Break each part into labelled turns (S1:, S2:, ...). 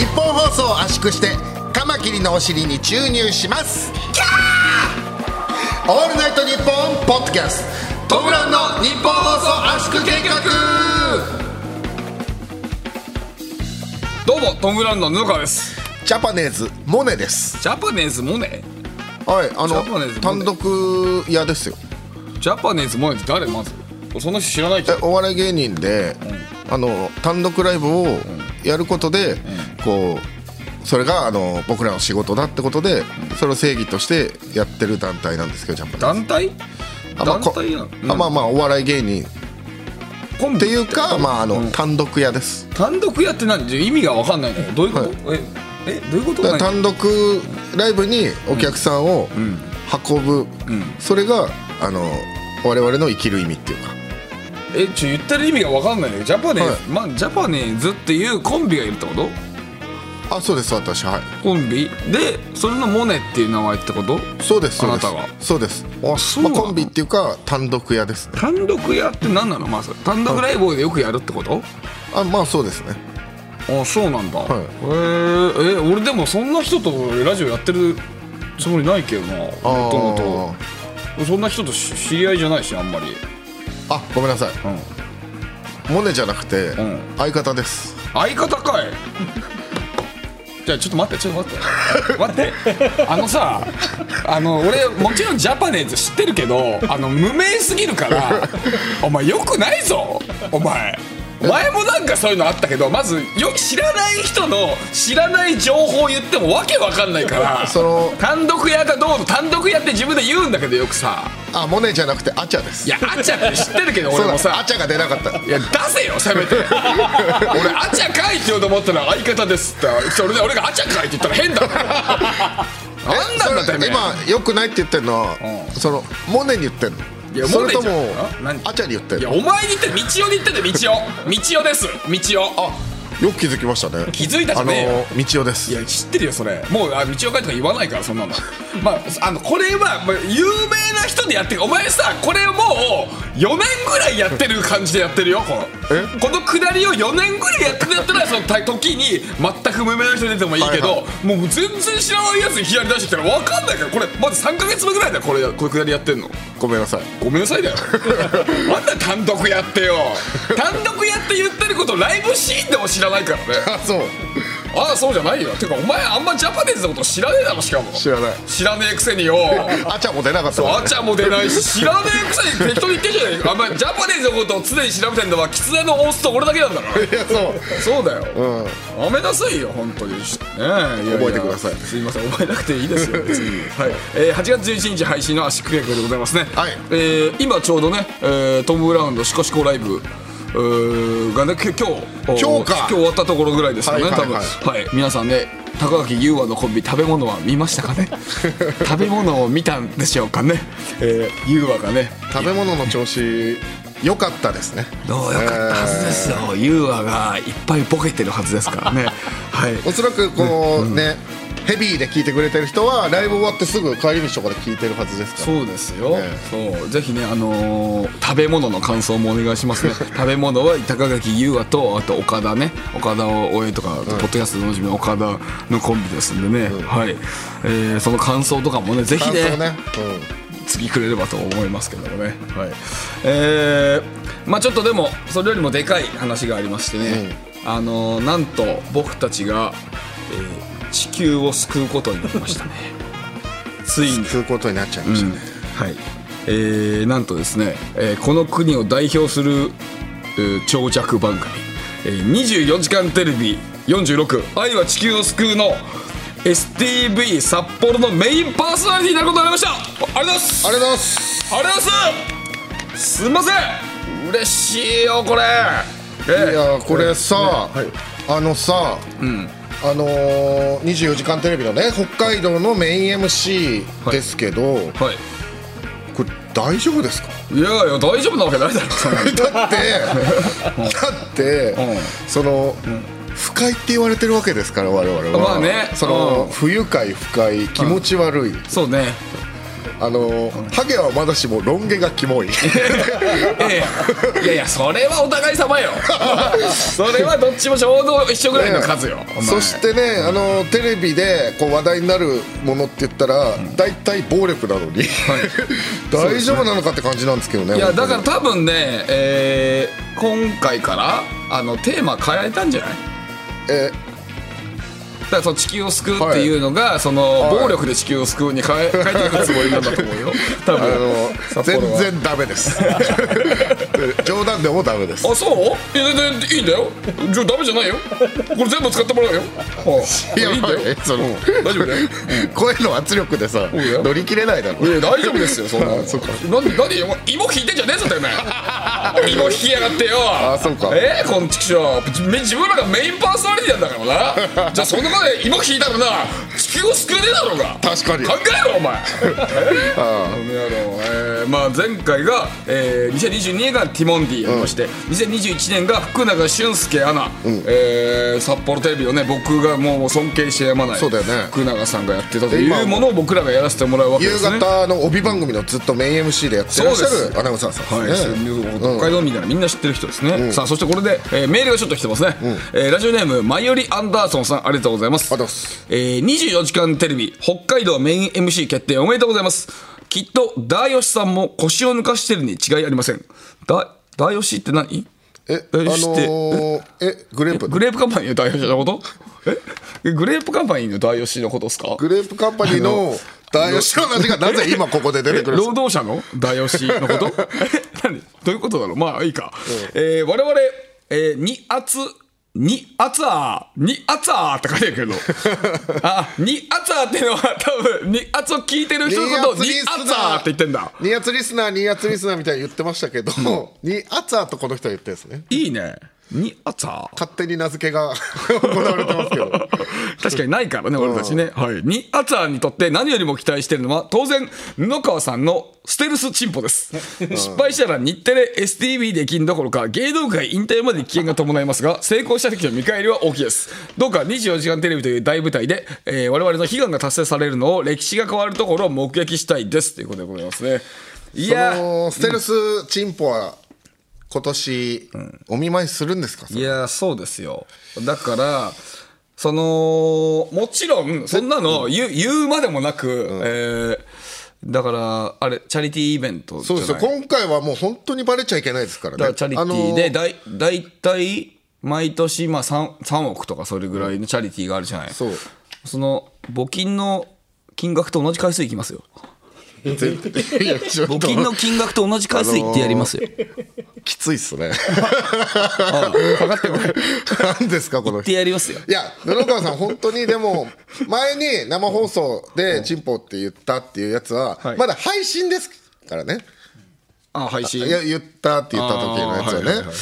S1: 量を圧縮してカマキリのお尻に注入しますキャーオールナイトニッポンポッドキャストトムランの日本放送圧縮計画
S2: どうもトム・ブラウンの布川です
S1: ジャパネーズモネです
S2: ジャパネーズモネ
S1: はいあ
S2: ジャパネーズモ
S1: の単
S2: ネ
S1: 独屋ですよ
S2: ジャパネーズモネって誰まず俺その人知らないけ
S1: え
S2: ど
S1: お笑い芸人で、あの単独ライブをやることで、こうそれがあの僕らの仕事だってことで、それを正義としてやってる団体なんですけどジャンプ
S2: 団体
S1: あまあ
S2: 団
S1: こ
S2: 体な
S1: あ
S2: の
S1: まあまあお笑い芸人っ
S2: コンビ
S1: ていうかまああの、
S2: うん
S1: 単独屋です
S2: 単独やって何じゃ意味が分かんないんだけどどういうこと、ええどういうこと
S1: だから
S2: 何
S1: 単独ライブにお客さんを運ぶ、それがあの我々の生きる意味っていうか
S2: えちょ言ってる意味が分かんないんだけどジャパネーズ、
S1: はい
S2: まあ、ジャパネーズっていうコンビがいるってこと
S1: あそうです私はい
S2: コンビでそれのモネっていう名前ってこと
S1: そうですそうです
S2: あなたが
S1: そうです
S2: あそうなの
S1: まあコンビっていうか単独屋ですね
S2: 単独やって何なのまず単独ライブでよくやるってこと、
S1: あまあそうですね
S2: あそうなんだ、
S1: はい
S2: へええ俺でもそんな人とラジオやってるつもりないけどなもと
S1: あー
S2: もとそんな人とし知り合いじゃないしあんまり
S1: あごめんなさい、モネじゃなくて、
S2: ん
S1: 相方です
S2: 相方かい じゃあちょっと待ってちょっと待って待ってあのさあの俺もちろんジャパネーズ知ってるけどあの無名すぎ るからお前よくないぞお前前もなんかそういうのあったけどまずよ知らない人の知らない情報を言ってもわけわかんないから
S1: その
S2: 単独屋がどうの単独屋って自分で言うんだけどよくさ
S1: あモネじゃなくてアチャです
S2: いやあちゃって知ってるけど
S1: そう
S2: 俺
S1: だ
S2: もさ
S1: アチャが出なかった
S2: いや出せよせめて 俺アチャかいって言おうと思ったら相方ですってそれで俺がアチャかいって言ったら変だろなん なんだ
S1: そ
S2: て
S1: れ
S2: めえ
S1: 今よくないって言ってんのは、
S2: うん
S1: そのモネに言ってんの
S2: いや
S1: それとも
S2: モネじゃんあ何
S1: アチャに言ってん
S2: いや
S1: の
S2: お前に言って道夫に言ってて道夫道夫です道夫あ
S1: よく気づきましたね
S2: 気づいたじゃねえよ
S1: あの道夫です
S2: いや知ってるよそれもうあ道夫会とか言わないからそんなの まああのこれは、まあ、有名な人でやってるお前さこれもう4年ぐらいやってる感じでやってるよこ
S1: え
S2: のこのくだりを4年ぐらいやってるやったらそのた時に全く無名な人出てもいいけど、
S1: はい
S2: もう全然知らないやつに左出してきたら分かんないからこれまず3か月目ぐらいだよこれこれくだりやってんの
S1: ごめんなさい
S2: ごめんなさいだよ あんな単独やってよ単独やって言ってることライブシーンでも知らないからね
S1: あそう
S2: ああそうじゃないよてかお前あんまジャパネーズのこと知らねえだろしかも
S1: 知らない
S2: 知らねえくせによ
S1: アチャも出なかった
S2: そう
S1: もん
S2: あ
S1: ね
S2: ちゃんも出ないし知らねえくせに適当に言ってんじゃねえかあんまジャパネーズのことを常に調べてんのは狐のオスと俺だけなんだから
S1: いやそう
S2: そうだよ、
S1: うん
S2: やめなさいよ本当にねえいやいや
S1: 覚えてください
S2: すいません覚えなくてい いですよ別に、はいえー、8月11日配信の「アシックレイク」でございますね、
S1: はい
S2: えー今ちょうどね、えートム・ブラウンの「シコシコライブ」えーがねき今日
S1: 今日か
S2: 今日終わったところぐらいですよね、
S1: はいはいはい
S2: 多分はい皆さんね高垣優和のコンビ食べ物は見ました かね食べ物を見たんでしょうかね、えー、優和がね
S1: 食べ物の調子良かったですね
S2: どうよかったはずですよ優和がいっぱいボケてるはずですからねはい
S1: おそらくこうね、ヘビーで聞いてくれてる人はライブ終わってすぐ帰り道とかで聞いてるはずですから
S2: そうですよ、そうぜひね、あのー食べ物の感想もお願いし ますね食べ物は高垣優愛とあと岡田ね岡田を応援とか、ポッドキャストでおなじみの岡田のコンビですんでね、はい、えーその感想とかもねぜひ
S1: 感想
S2: ね
S1: ね、
S2: 次くれればと思いますけどもね、はいえーまあ、ちょっとでもそれよりもでかい話がありましてね、あのーなんと僕たちが、えー地球を救うことになりました ねつい
S1: うん、
S2: に
S1: そういうことになっちゃいましたね、
S2: はい、えーなんとですね、えーこの国を代表する、えー長尺番組、えー24時間テレビ46愛は地球を救うの STV 札幌のメインパーソナリティになることになりましたあありがとうございます
S1: ありがとうございます
S2: ありがとうございますすいません嬉しいよこれえ
S1: いやこれさ、
S2: はい
S1: あのさ、あのー、24時間テレビのね北海道のメイン MC ですけど、
S2: はい
S1: これ大丈夫ですか
S2: いやいや大丈夫なわけな いだろそんなの
S1: だってだって、
S2: うん
S1: その、不快って言われてるわけですから我々は
S2: まあね
S1: その、
S2: うん
S1: 不愉快不快気持ち悪い、
S2: そうね
S1: あのハゲはまだしもロン毛がキモい
S2: いやいやいやいやそれはお互い 様よそれはどっちもちょうど一緒ぐらいの 数よ、お前
S1: そしてねあのテレビでこう話題になるものって言ったら大体暴力なのに 大丈夫なのかって感じなんですけどね
S2: いや
S1: 本当
S2: だ
S1: に
S2: から多分ね、えー今回からあのテーマ変えたんじゃない
S1: え
S2: だからその地球を救うっていうのが、その
S1: はい
S2: 暴力で地球を救うに変 え変えていくつもりなんだと思うよ多
S1: あ
S2: 分
S1: の
S2: 札
S1: 全
S2: 幌は
S1: 然ダメです 冗談でもダメです
S2: あそういや全然いいんだよじゃあダメじゃないよこれ全部使ってもらうよあ
S1: いや
S2: いいんだよ
S1: まあねその
S2: うん大丈夫だよ
S1: 声の圧力でさ
S2: いや
S1: 乗り切れないだろ
S2: いや大丈夫ですよそんな
S1: そうか
S2: 何何よ芋引いてんじゃねえぞて めえ芋引きやがってよあ
S1: そうか
S2: えー、この畜生め自分らがメインパーソナリティなんだからなじゃあそんなことで芋引いたらな地球を救えねえだろうが
S1: 確かに
S2: 考 えろお前この野郎えーまあ前回が、えー、2022年がティモンディやりまして、2021年が福永俊介アナ、えー札幌テレビをね僕がもう尊敬してやまない
S1: そうだよね
S2: 福永さんがやってたと
S1: で
S2: い
S1: 今は
S2: うものを僕らがやらせてもらうわけで
S1: 夕
S2: すね
S1: 方の帯番組のずっとメイン MC でやってらっし
S2: そう
S1: ゃ
S2: で
S1: る
S2: す
S1: アナウンサーさん
S2: はい、
S1: ですね、
S2: 北海道民ならみんな知ってる人ですね、さあそしてこれで、えーメールがちょっと来てますね、えーラジオネームマイオリ・アンダーソンさんありがとうございます
S1: ありがとうございます
S2: えー24時間テレビ北海道メイン MC 決定おめでとうございますきっとダーヨシさんも腰を抜かしてるに違いありませんだダーヨシって何
S1: えあ
S2: ダ
S1: の
S2: ーヨシって、
S1: ー、えグレープ
S2: グレープカンパニーのダーヨシのことえグレープカンパニーのダーヨシのことですか
S1: グレープカンパニーの大吉の同じがなぜ今ここで出てくるんです
S2: 労働者の大吉のことえ何どういうことだろうまあいいか、えー我々、えー、に圧に圧あーに圧あーって書いてあるけどあに圧あーっていうのは多分に圧を聞いてる人のことをに
S1: に圧
S2: 圧あーって言ってんだ
S1: ニアツリスナーニアツリスナーみたいに言ってましたけど、にアツアとこの人は言ってるんですね
S2: いいねに圧あー
S1: 勝手に名付けが 行われてますけど
S2: 確かにないからね、俺たちね。はい。に、アツアーにとって何よりも期待してるのは、当然、布川さんのステルスチンポです。失敗したら日テレ、STV できんどころか、芸能界引退まで危険が伴いますが、成功した時の見返りは大きいです。どうか24時間テレビという大舞台で、えー我々の悲願が達成されるのを歴史が変わるところを目撃したいです。ということでございますね。い
S1: そ
S2: やー
S1: のステルスチンポは今年お見舞いするんですか、
S2: いやーそうですよだからそのもちろんそんなの言う,、言うまでもなく、えーだからあれチャリティーイベントじ
S1: そ
S2: ゃ
S1: う
S2: な
S1: で
S2: い
S1: すよ今回はもう本当にバレちゃいけないですからね
S2: だからチャリティー
S1: あ
S2: で
S1: の
S2: だい大体毎年まあ 3, 3億とかそれぐらいのチャリティーがあるじゃない、
S1: そう
S2: その募金の金額と同じ回数いきます よ
S1: 全然いやちょっと
S2: 募金の金額と同じ回数いってやりますよ、
S1: きついっすね
S2: あかかってこれいっ
S1: 何ですかこの人
S2: てやりますよ
S1: いや、布川さん、本当にでも、前に生放送でチンポって言ったっていうやつは
S2: は、い
S1: まだ配信ですからね、
S2: あ配信
S1: いや言ったって言った時のやつはね
S2: あーはいはいはいはい、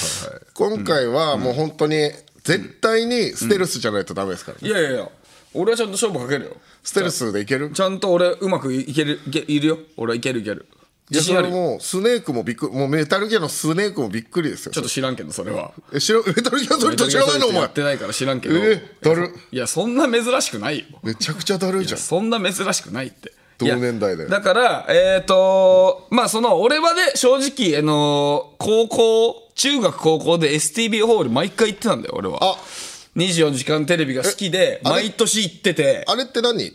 S1: 今回はもう本当に、絶対にステルスじゃないとダメですからね、
S2: いやいやいや俺はちゃんと勝負かけるよ
S1: ステルスでいける
S2: ちゃんと俺うまくいけるいけいるよ俺はいけるいける
S1: いやそ
S2: 自信あ
S1: れ
S2: るよ
S1: もうスネークもびっくり、もうメタルギアのスネークもびっくりですよ
S2: ちょっ、と知らんけどそれは
S1: え知らメタルギアソリッド知らないの、お
S2: や
S1: 前
S2: っ、てないから知らんけど、
S1: えだる、
S2: いやそんな珍しくないよ
S1: めちゃくちゃだるいじゃん、
S2: そんな珍しくないって
S1: 同年代だよ
S2: いやだからえっ、とまあその俺はね正直あの高校中学高校で STB ホール毎回行ってたんだよ俺は
S1: あ
S2: 24時間テレビが好きで
S1: あれ
S2: 毎年行ってて
S1: あれって何、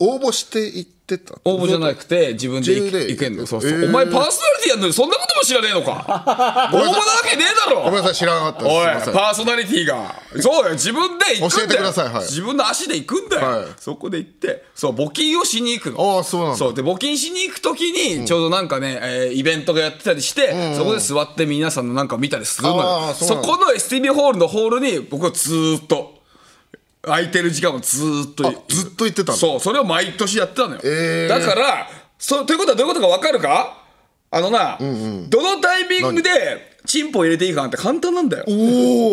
S1: 応募して行ってた
S2: 応募じゃなくて自分で行
S1: 自由で
S2: け行けんのそうそう、
S1: えー
S2: お前パーソナリティやんのにそんなことも知らねえの か応募なわけねえだろ
S1: ごめんなさい、知らなかったです、す
S2: お
S1: い
S2: い
S1: ません。
S2: パーソナリティがそうよ自分で行くんだ
S1: 教
S2: よ
S1: えてくださいはい
S2: 自分の足で行くんだよ、
S1: はい
S2: そこで行ってそう募金をしに行くの
S1: ああそうなんだ
S2: そうで募金しに行く時にちょうどなんかね、えーイベントがやってたりして、そこで座って皆さんのなんか見たりする
S1: あ
S2: のよ
S1: あ
S2: そ
S1: そうなんだ
S2: この STB ホールのホールに僕はずーっと空いてる時間をずーっとい
S1: あずっと行ってたの
S2: そうそれを毎年やってたのよ、
S1: えー
S2: だからそうということはどういうことか分かるかあのな、どのタイミングでチンポ入れていいかなんて簡単なんだよ
S1: お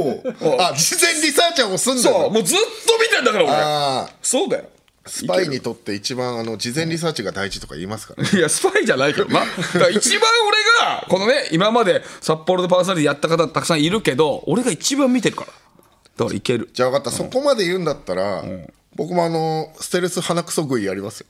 S1: おあ事前リサーチャーも済んでる
S2: そう、もうずっと見てんだから俺。
S1: ああ
S2: そうだよ。
S1: スパイにとって一番あの事前リサーチが大事とか言いますからね
S2: いや、スパイじゃないけどな。だから一番俺が、このね、今まで札幌でパーソナリティやった方たくさんいるけど、俺が一番見てるから。だからいける。
S1: じゃあ分かったそこまで言うんだったら僕もあのステルス鼻くそ食いやりますよ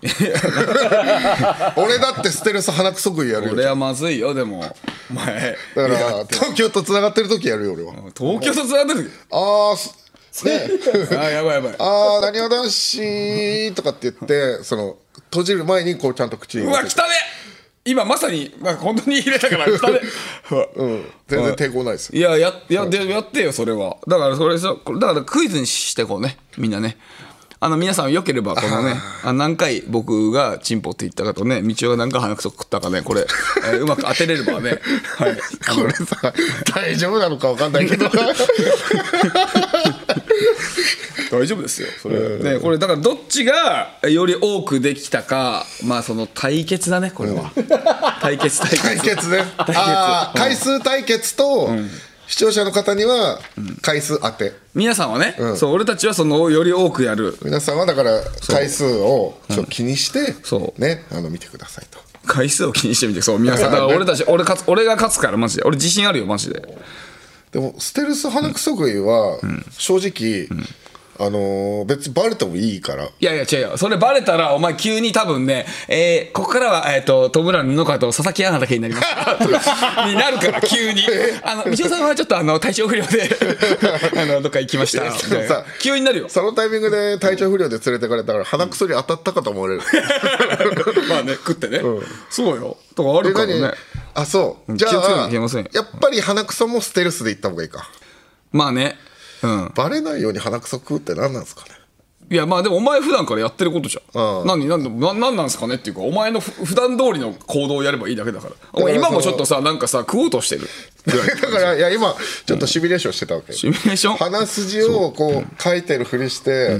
S1: 俺だってステルス鼻くそ食いやるよ
S2: 俺はまずいよでもお前
S1: だから東京とつながってる時やるよ俺は
S2: 東京卒なんだる
S1: ああすね
S2: あやばいやばい
S1: ああなにわ男子とかって言ってその閉じる前にこうちゃんと口に
S2: う
S1: 入
S2: わ
S1: れ
S2: 汚ね
S1: て
S2: 今まさに、まあ、本当に入れたから汚ねうわ
S1: うん全然抵抗ないですよ
S2: いやややでやってよそれはだからそれさこれだからクイズにしてこうねみんなねあの皆さんよければこのねあ何回僕がチンポって言ったかとね道が何回鼻くそ食ったかねこれ、えーうまく当てれれ ばね、はい、あ
S1: こ
S2: の
S1: れさ 大丈夫なのかわかんないけ ど
S2: 大丈夫ですよそれ、ね、これだからどっちがより多くできたかまあその対決だねこ れは、対決対決
S1: 対決ねああ回数対決と視聴者の方には回数当て
S2: 皆さんはね、そう俺たちはそのより多くやる
S1: 皆さんはだから回数をちょっと気にして
S2: そう
S1: ねあの見てくださいと
S2: 回数を気にしてみてそう皆さんだから俺たち俺勝つ俺が勝つからマジで俺自信あるよマジで
S1: でもステルス鼻くそ食いは正直あのー別にバレてもいいから
S2: いやいや違うよそれバレたらお前急に多分ね、えーここからは、えー、と戸村布川と佐々木アナだけになります になるから急に あの道夫さんはちょっとあの体調不良で あのどっか行きましたみたいな
S1: さ
S2: 急になるよ
S1: そのタイミングで体調不良で連れてかれたから鼻くそに当たったかと思われる
S2: まあね食ってね、そうよとかあ
S1: で
S2: るから
S1: 何
S2: ね
S1: あそうじゃ
S2: 気をつけなきゃい
S1: あ
S2: けませんよ
S1: やっぱり鼻くそもステルスで行った方がいいか
S2: まあねうん
S1: バレないように鼻くそ食うって何なんですかね
S2: いやまあでもお前普段からやってることじゃ
S1: うん
S2: ん。何何でななんなんすかねっていうかお前のふ普段通りの行動をやればいいだけだから。お前
S1: だから
S2: 今
S1: その
S2: もちょっとさなんかさ食おうとしてる。
S1: だからいや今ちょっとシミュレーションしてたわけ
S2: シミュレーション。
S1: 鼻筋をこう書いてるふりして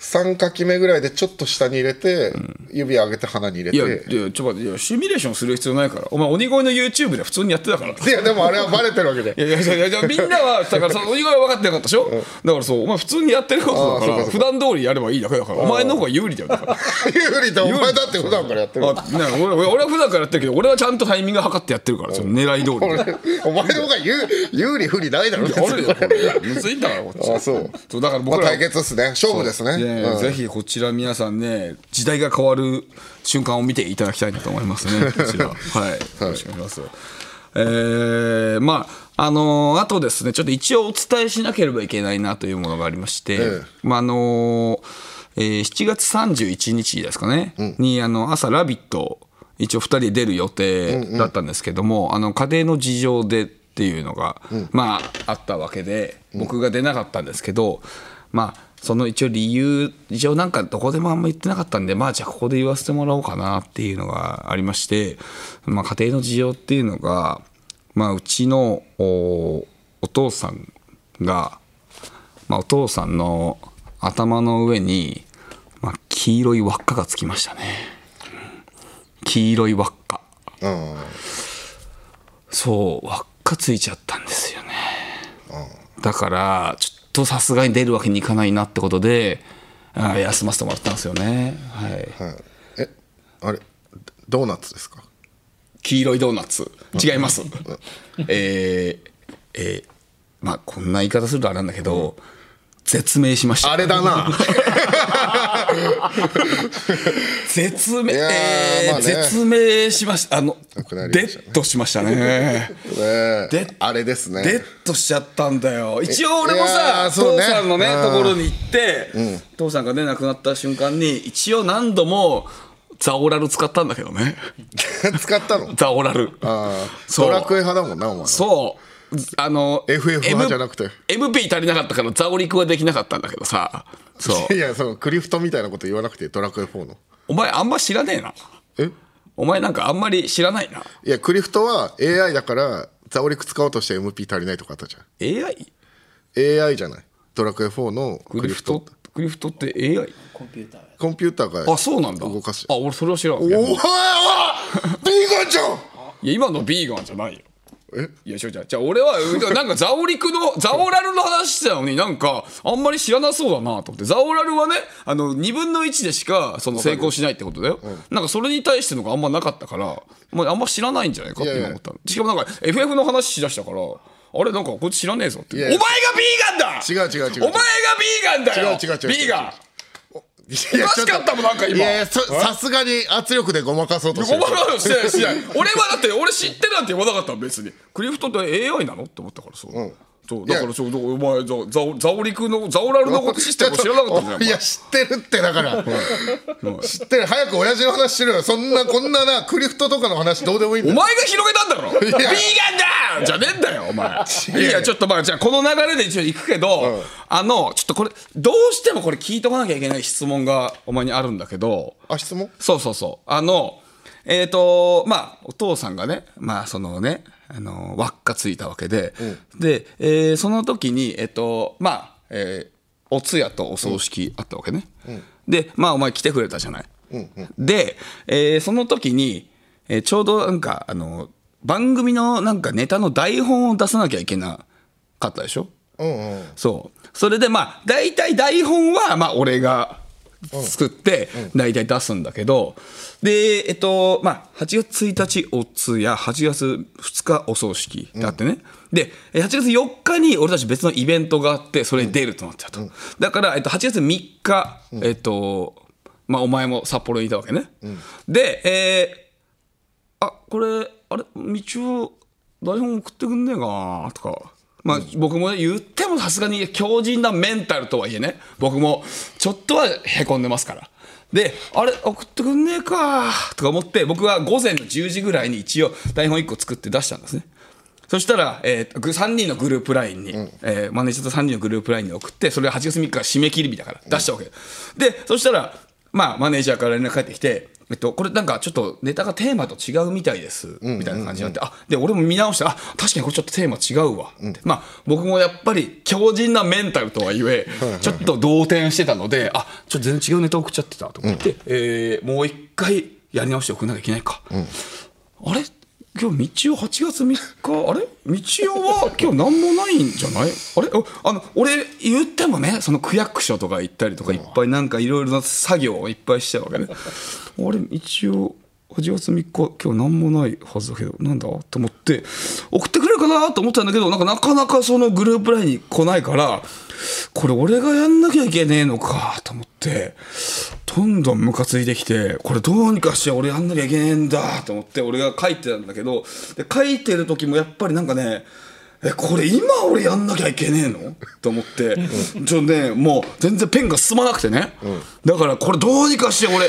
S1: 3かき目ぐらいでちょっと下に入れて指上げて鼻に入れ
S2: いや
S1: て
S2: いやちょっと待っていやシミュレーションする必要ないから。お前鬼越の YouTube で普通にやってたから。い
S1: いやでもあれはバレてるわけで
S2: やいやいやいやいやみんな はだからその鬼越は分かってなかったでしょ。だからそうお前普通にやってることだか
S1: あー
S2: ら
S1: そうかそ
S2: 普段通りやればいいだけだからお前の方が有利だよだから。
S1: 有利だお前だって普段からやってる
S2: あな俺俺俺は普段からやってるけど俺はちゃんとタイミング測ってやってるからその狙い通 りに。
S1: お前の方が有有利不利ないだろ別に
S2: あるよこれむずいんだからこっち
S1: あそう
S2: そうだから
S1: まあ
S2: 僕ら
S1: 対決っすね勝負ですね
S2: いやいやぜひこちら皆さんね時代が変わる瞬間を見ていただきたいなと思います ねこちらはい、よろしくお願いしますえーまああのーあとですねちょっと一応お伝えしなければいけないなというものがありまして、
S1: ええ
S2: まああのーえー7月31日ですかね、にあの朝「ラビット!」一応2人で出る予定だったんですけども、あの家庭の事情でっていうのが、まああったわけで僕が出なかったんですけど、まあその一応理由一応なんかどこでもあんま言ってなかったんでまあじゃあここで言わせてもらおうかなっていうのがありまして、まあ、家庭の事情っていうのが、まあ、うちのおお父さんがまあ、お父さんの頭の上に、まあ、黄色い輪っかがつきましたね黄色い輪っか
S1: うん
S2: そう輪っかついちゃったんですよねだからちょっとさすがに出るわけにいかないなってことであ休ませてもらったんですよね、はい、
S1: はいえあれドーナツですか
S2: 黄色いドーナツ違 いますえー、えー、まあこんな言い方するとあれなんだけど、絶命しました
S1: あれだ な
S2: 絶命、
S1: いやー
S2: えー
S1: まあね
S2: 絶命しましたあの
S1: くなりま
S2: デ
S1: したね
S2: ッドしましたね
S1: ねえ
S2: で
S1: あれですね
S2: デッドしちゃったんだよ一応俺も
S1: いや
S2: さ、
S1: ーそう
S2: 父
S1: ね
S2: さんのね
S1: うん
S2: ところに行って、父さんがね亡くなった瞬間に一応何度もザオラル使ったんだけどね
S1: 使った の
S2: ザオラル
S1: ああ
S2: そう
S1: ドラクエ派だもんなお前
S2: そうずあの
S1: FF 派じゃなくて
S2: MP 足りなかったからザオリクはできなかったんだけどさそ う
S1: いやそのクリフトみたいなこと言わなくてドラクエ4の
S2: お前あんま知らねえな
S1: え
S2: お前なんかあんまり知らないない
S1: やクリフトは AI だからザオリク使おうとして MP 足りないとかあったじゃ
S2: AI?
S1: ん AI じゃないドラクエ4の
S2: ク
S1: ク
S2: リ
S1: リ
S2: フ
S1: フ
S2: ト
S1: ト
S2: クリフトって AI?
S3: コンピューター
S1: コンピューターが
S2: あそうなんだ
S1: 動かして
S2: あ俺それは知らん
S1: お
S2: い
S1: い
S2: や
S1: おいお いビーガンじゃん
S2: いや今のビーガンじゃないよいや違う違うじゃあ俺はうんなんかザオリクのザオラルの話してたのになんかあんまり知らなそうだなと思ってザオラルはねあの2分の1でしかその成功しないってことだよ、なんかそれに対してのがあんまなかったから、まあ、あんま知らないんじゃないかって今思ったのしかもなんか FF の話しだしたからあれなんかこいつ知らねえぞって
S1: いやい
S2: お
S1: や
S2: 前がビーガンだ
S1: 違う違う違う
S2: お前がビーガンだよ
S1: 違う違う違う違う
S2: ビーガン
S1: いや
S2: おかしかったもんなんか今
S1: いやいやそさすがに圧力でごまかそうとして
S2: ご
S1: る
S2: まかしてないしてない俺はだって俺知ってるなんて言わなかったの別にクリフトって AI なのって思ったからそう、そうだからそうお前ザザオザオリクのザオラルのことシステムを知らなかったじゃん
S1: いや知ってるってだ から知ってる早く親父の話しろよそんなこんななクリフトとかの話どうでもいいん
S2: お
S1: だ
S2: 前
S1: よ
S2: が広げたんだろヴィーガンだじゃねえんだよお前いやちょっとまあじゃあこの流れで一応行くけど、あのちょっとこれどうしてもこれ聞いとかなきゃいけない質問がお前にあるんだけど
S1: あ質問
S2: そうそうそう。あの、えっ、と、まあ、お父さんがね、まあ、そのね、あの、輪っかついたわけで、で、えーその時に、えっ、と、まあ、えーお通夜とお葬式あったわけね。で、まあ、お前来てくれたじゃない。で、えーその時に、えーちょうどなんか、あの、番組のなんかネタの台本を出さなきゃいけなかったでしょ
S1: うんうん
S2: そう。それでまあ、大体台本は、まあ、俺が作って、大体出すんだけど、で、えっと、まあ、8月1日お通夜、8月2日お葬式ってあってね。で、え8月4日に俺たち別のイベントがあって、それに出るとなっちゃうと。だから、えっと、8月3日、えっと、まあ、お前も札幌にいたわけね。で、えーあこれあれ道を台本送ってくんねえかなとか。まあ、僕もね言ってもさすがに強靭なメンタルとはいえね僕もちょっとはへこんでますからであれ送ってくんねえかとか思って僕は午前の10時ぐらいに一応台本1個作って出したんですねそしたら、えー、3人のグループ LINE に、えーマネージャーと3人のグループ LINE に送って、それは8月3日が締め切り日だから出したわけ、で、そしたら、まあ、マネージャーから連絡返ってきて、えっと、これなんかちょっとネタがテーマと違うみたいです、みたいな感じになって、あ、で、俺も見直して、あ、確かにこれちょっとテーマ違うわ。ってまあ、僕もやっぱり強靭なメンタルとはいえ、ちょっと動転してたので、あ、ちょっと全然違うネタ送っちゃってたと思って、えーもう一回やり直して送んなきゃいけないか。あれ今日道夫8月3日あれ道夫は今日何もないんじゃないあれああの俺言ってもねその区役所とか行ったりとかいっぱいなんかいろいろな作業をいっぱいしちゃうわけねあれ道夫8月3日今日何もないはずだけどなんだと思って送ってくれるかなと思ったんだけどなんかなかなかそのグループラインに来ないからこれ俺がやんなきゃいけねえのかと思ってどんどんムカついてきてこれどうにかして俺やんなきゃいけねえんだと思って俺が書いてたんだけどで書いてる時もやっぱりなんかねえこれ今俺やんなきゃいけねえのと思ってちょっとねもう全然ペンが進まなくてね、だからこれどうにかして俺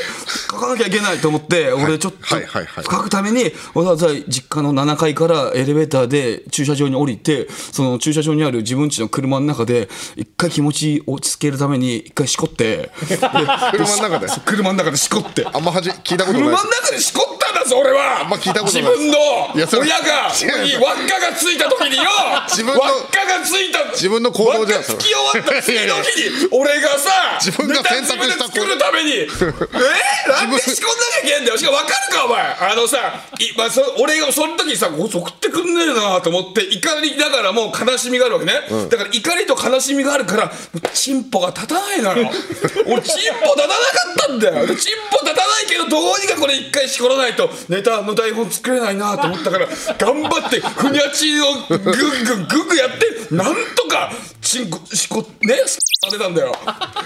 S2: 書かなきゃいけないと思って俺ちょっと
S1: はいはいはい
S2: 書くためにわざわざ実家の7階からエレベーターで駐車場に降りてその駐車場にある自分家の車の中で一回気持ち落ち着けるために一回しこって で
S1: 車の中で
S2: 車の中でしこって
S1: あんまはじ聞いたことな
S2: 車の
S1: い
S2: 中でしこったんだぞ俺
S1: あ
S2: は
S1: んま聞いたことない
S2: 自分の
S1: いやそれ
S2: 親が
S1: 違う
S2: に輪っかがついた時によ
S1: 自分の
S2: 輪っかがついた
S1: 自分の行動じゃん
S2: 輪っかつき終わった次の日に俺がさ
S1: 自分が選択した
S2: ネタ自分で作るためにえなんで仕込んなきゃいけんだよしかも分かるかお前あのさい、まあ、そ俺がその時にさお送ってくんねえなと思って怒りながらもう悲しみがあるわけね、だから怒りと悲しみがあるからもうチンポが立たな いのよ俺チンポ立たなかったんだよでチンポ立たないけどどうにかこれ一回しこらないとネタの台本作れないなと思ったから頑張ってふにゃちをぐんぐんぐんぐんやってなんとかチンコしこね当てたんだよわかるか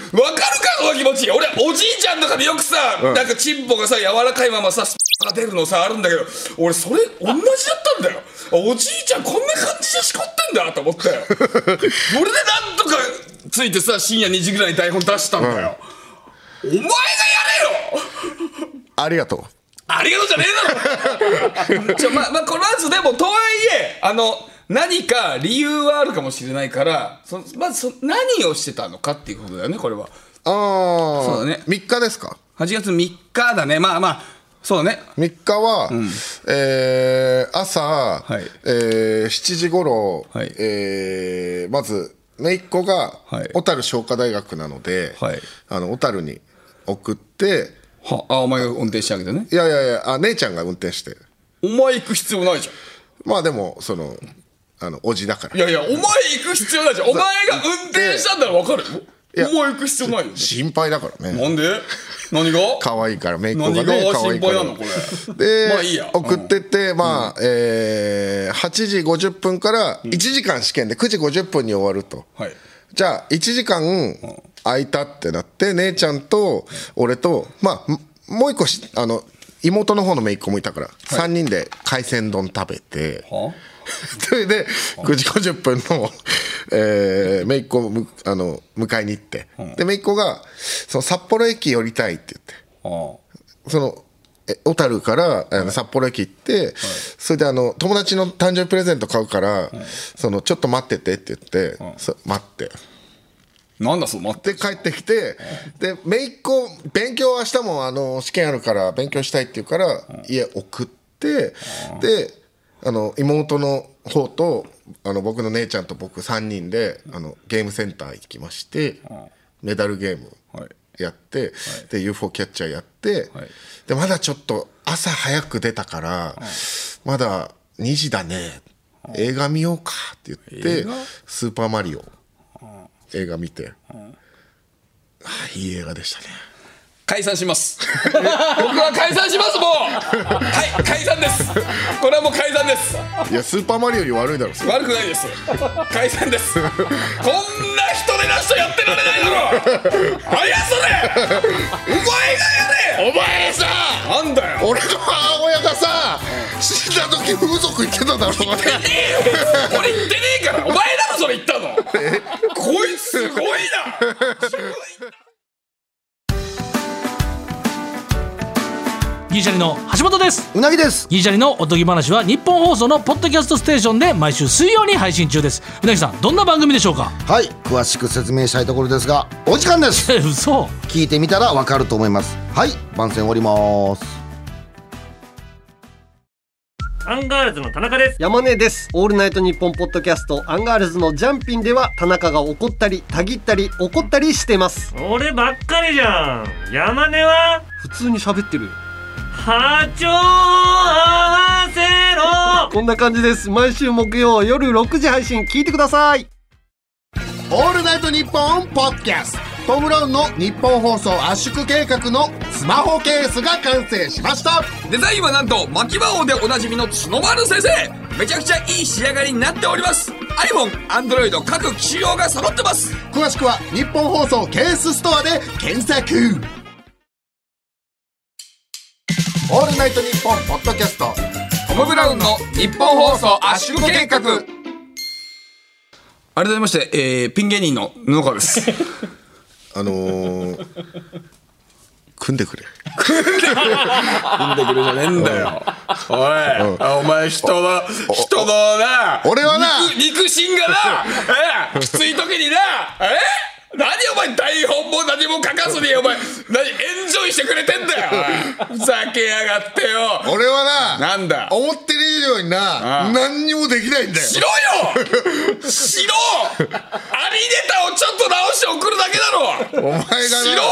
S2: その気持ち俺おじいちゃんとかでよくさ、なんかチンポがさ柔らかいままさが出るのさあるんだけど俺それ同じだったんだよおじいちゃんこんな感じでしこってんだと思ったよそれでなんとかついてさ深夜2時ぐらいに台本出したんだよ、お前がやれよ
S1: ありがとう
S2: ありがとうじゃねえだろちょまあまあこの後でもとはいえあの何か理由はあるかもしれないからそまずそ何をしてたのかっていうことだよねこれは
S1: ああ
S2: そうだね
S1: 3日ですか
S2: 8月3日だねまあまあそうだね
S1: 3日は、えー朝、
S2: はい
S1: えー7時頃、
S2: はい
S1: えーまず姪っ子が
S2: はい
S1: 小樽商科大学なので、
S2: はい
S1: あの小樽に送って
S2: はあお前が運転してあげてね
S1: いやいやいやあ姉ちゃんが運転して
S2: お前行く必要ないじゃん
S1: まあでもそのあのおじだから
S2: いやいやお前行く必要ないじゃんお前が運転したんだら分かる
S1: いや
S2: よお前行く必要ないよ
S1: 心配だからね
S2: なんで何が
S1: 可愛いから姪っ子が
S2: 何
S1: ね
S2: が
S1: 可愛
S2: 心
S1: いか
S2: 配
S1: ら
S2: なのこれ
S1: で、
S2: まあいいや
S1: 送ってって、まあえー8時50分から1時間試験で9時50分に終わると、
S2: はい
S1: じゃあ1時間空いたってなって姉ちゃんと俺とまあももう一個しあの妹の方の姪っ子もいたから、3人で海鮮丼食べて、
S2: は
S1: それで9時50分の、えー、姪っ子をむあの迎えに行って、で姪っ子がその札幌駅寄りたいって言って
S2: あ
S1: そのえ小樽からあの札幌駅行って、それであの友達の誕生日プレゼント買うから、そのちょっと待っててって言って、そ待って
S2: なんだそう待って
S1: で帰ってきて、で姪っ子勉強明日もあの試験あるから勉強したいって言うから、家送って、であの妹の方とあの僕の姉ちゃんと僕3人であのゲームセンター行きまして、メダルゲーム
S2: はい
S1: やって、で UFO キャッチャーやって、
S2: はい
S1: でまだちょっと朝早く出たから、まだ2時だね、映画見ようかって言って
S2: 映画
S1: 「スーパーマリオ」映画見て、あいい映画でしたね
S2: 解散します 僕は解散しますもうはい解散ですこれはもう解散です
S1: いやスーパーマリオより悪いだろそれ
S2: 悪くないです解散ですこんな人でなしとやってられないだろありやそれお前がやれお前さなんだよ
S1: 俺の母親がさ、死んだ時風俗行ってただろう
S2: 言ってねえよ俺言ってねえからお前だろそれ言ったのこいつすごいなすごいな
S3: ギリシャリの橋本です
S4: うなぎです
S3: ギリシャリのおとぎ話は日本放送のポッドキャストステーションで毎週水曜に配信中ですうなぎさんどんな番組でしょうか
S4: はい詳しく説明したいところですがお時間です
S3: え嘘
S4: 聞いてみたらわかると思いますはい番宣終わります
S5: アンガールズの田中です。
S6: 山根ですオールナイトニッポンポッドキャストアンガールズのジャンピンでは田中が怒ったりたぎったり怒ったりしてます
S5: 俺ばっかりじゃん。山根は、
S6: 普通に喋ってるよ
S5: 波長を合わせろ
S6: こんな感じです毎週木曜夜6時配信聞いてください
S4: オールナイトニッポンポッドキャストトム・ラウンの日本放送圧縮計画のスマホケースが完成しました
S2: デザインはなんと巻き魔王でおなじみの角丸先生めちゃくちゃいい仕上がりになっております iPhone、Android 各機種用が揃ってます
S4: 詳しくは日本放送ケースストアで検索
S1: オールナイトニッポンポッドキャスト
S2: トム・ブラウンの日本放送圧縮計画改めまして、えー、ピン芸人の布川です
S1: あのー、組んでくれ
S2: ピンでくるじゃねえんだよおい、あお前人の人のな
S1: 俺はな
S2: 肉肉親がな、 えーきつい時になえー何お前台本も何も書かずにお前何エンジョイしてくれてんだよおいふざけやがってよ
S1: 俺はな
S2: なんだ
S1: 思ってる以上にな
S2: ああ
S1: 何にもできないんだよ
S2: しろよしろありネタをちょっと直して送るだけだろ
S1: お前がな
S2: しろ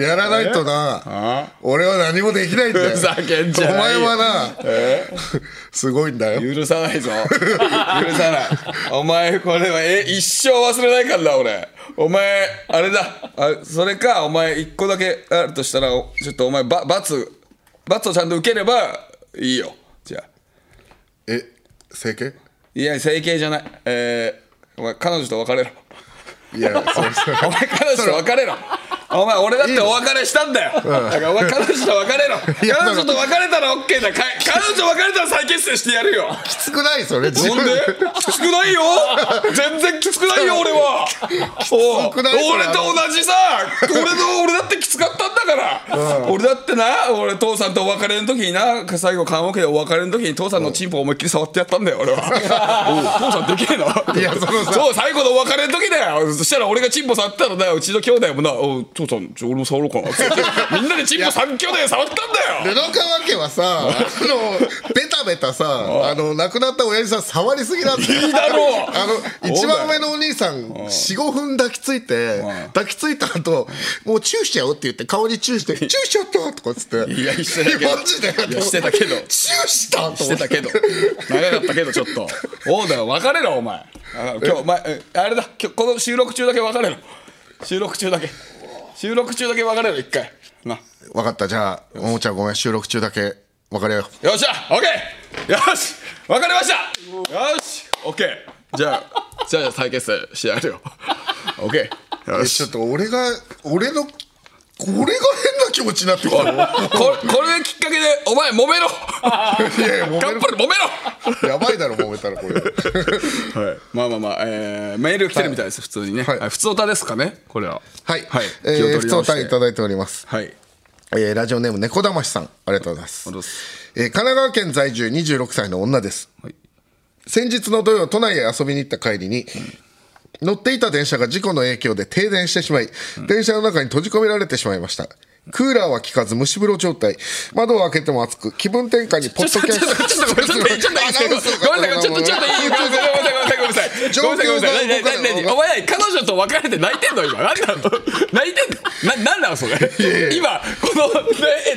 S1: やらないとな俺は何もできないんだよ
S2: ふざけんじゃ
S1: お
S2: ない
S1: 前
S2: よ
S1: はな すごいんだよ
S2: 許さないぞ 許さないお前これはえ一生忘れないからな俺お前あれだあそれかお前一個だけあるとしたらおちょっとお前ば罰罰をちゃんと受ければいいよじゃあ
S1: え整形
S2: いや整形じゃないえー、お前彼女と別れろ
S1: いやそうそう
S2: お前彼女と別れろお前俺だってお別れしたんだよだからお前彼女と別れろ
S1: いや
S2: 彼女と別れたら OK だか彼女と別れたら再結成してやるよ
S1: きつくないそれ自
S2: なん
S1: 分
S2: できつくないよ全然きつくないよ俺はおう
S1: くない
S2: 俺と同じさ俺の俺だってきつかったんだから、俺だってな俺父さんとお別れの時にな最後棺桶でお別れの時に父さんのチンポ思いっきり触ってやったんだよ俺はおう父さんでけえない
S1: やそのさ
S2: う最後のお別れの時だよそしたら俺がチンポ触ったらなうちの兄弟もなおう父さんちょ俺も触ろうかなって言ってみんな でチンポ3兄弟で触ったんだよ
S1: 布川家はさあのベタベタさあの亡くなった親父さん触りすぎなんだよ
S2: いいだろう
S1: あの一番上のお兄さん45分抱きついて抱きついた後もうチューしちゃおうって言って顔にチューしてチューしちゃったとかっつって
S2: いやしてたけど
S1: マジで
S2: いやしてたけど
S1: チューしたと思って
S2: してたけど長かったけどちょっとおうだよ別れろお前あ今日お前えあれだ今日この収録中だけ別れろ収録中だけ収録中だけ別れろ一回な
S1: 分かったじゃあももちゃんごめん収録中だけ別れよう
S2: よっしゃオッケーよし別れましたよしオッケーじゃあじゃあ再結成してやるよ
S1: オッケーえちょっと俺が俺のこれが変な気持ちになってきた
S2: ここれがきっかけでお前揉めろ
S1: いやいや揉め
S2: 頑張
S1: る
S2: れ揉めろ
S1: やばいだろ揉めたらこれはい
S2: まあまあまあ、えー、メール来てるみたいです、普通にね、
S1: はい
S2: はい普通歌ですかねこれは
S1: はい、
S2: はい
S1: え
S2: 気を取
S1: ー、
S2: り直
S1: 普通お便り
S2: して
S1: いただいております
S2: はい
S1: えーラジオネーム猫だましさんありがとうございます
S2: ありがとうございます
S1: えー神奈川県在住26歳の女です、
S2: はい
S1: 先日の土曜都内へ遊びに行った帰りに、乗っていた電車が事故の影響で停電してしまい、電車の中に閉じ込められてしまいましたクーラーは効かず蒸し風呂状態窓を開けても暑く気分転換にポッドキャスト
S2: ちょっとごめんなさい、ちょっといいですか。ごめんなさい、ちょっとちょっといいですか。ごめんなさい、ごめんなさい、ごめんなさい、ごめんなさい、ごめんなさい。ごめんなさい、お前彼女と別れて泣いてんの今。何なの？泣いてんの？ななんなのそれ？今この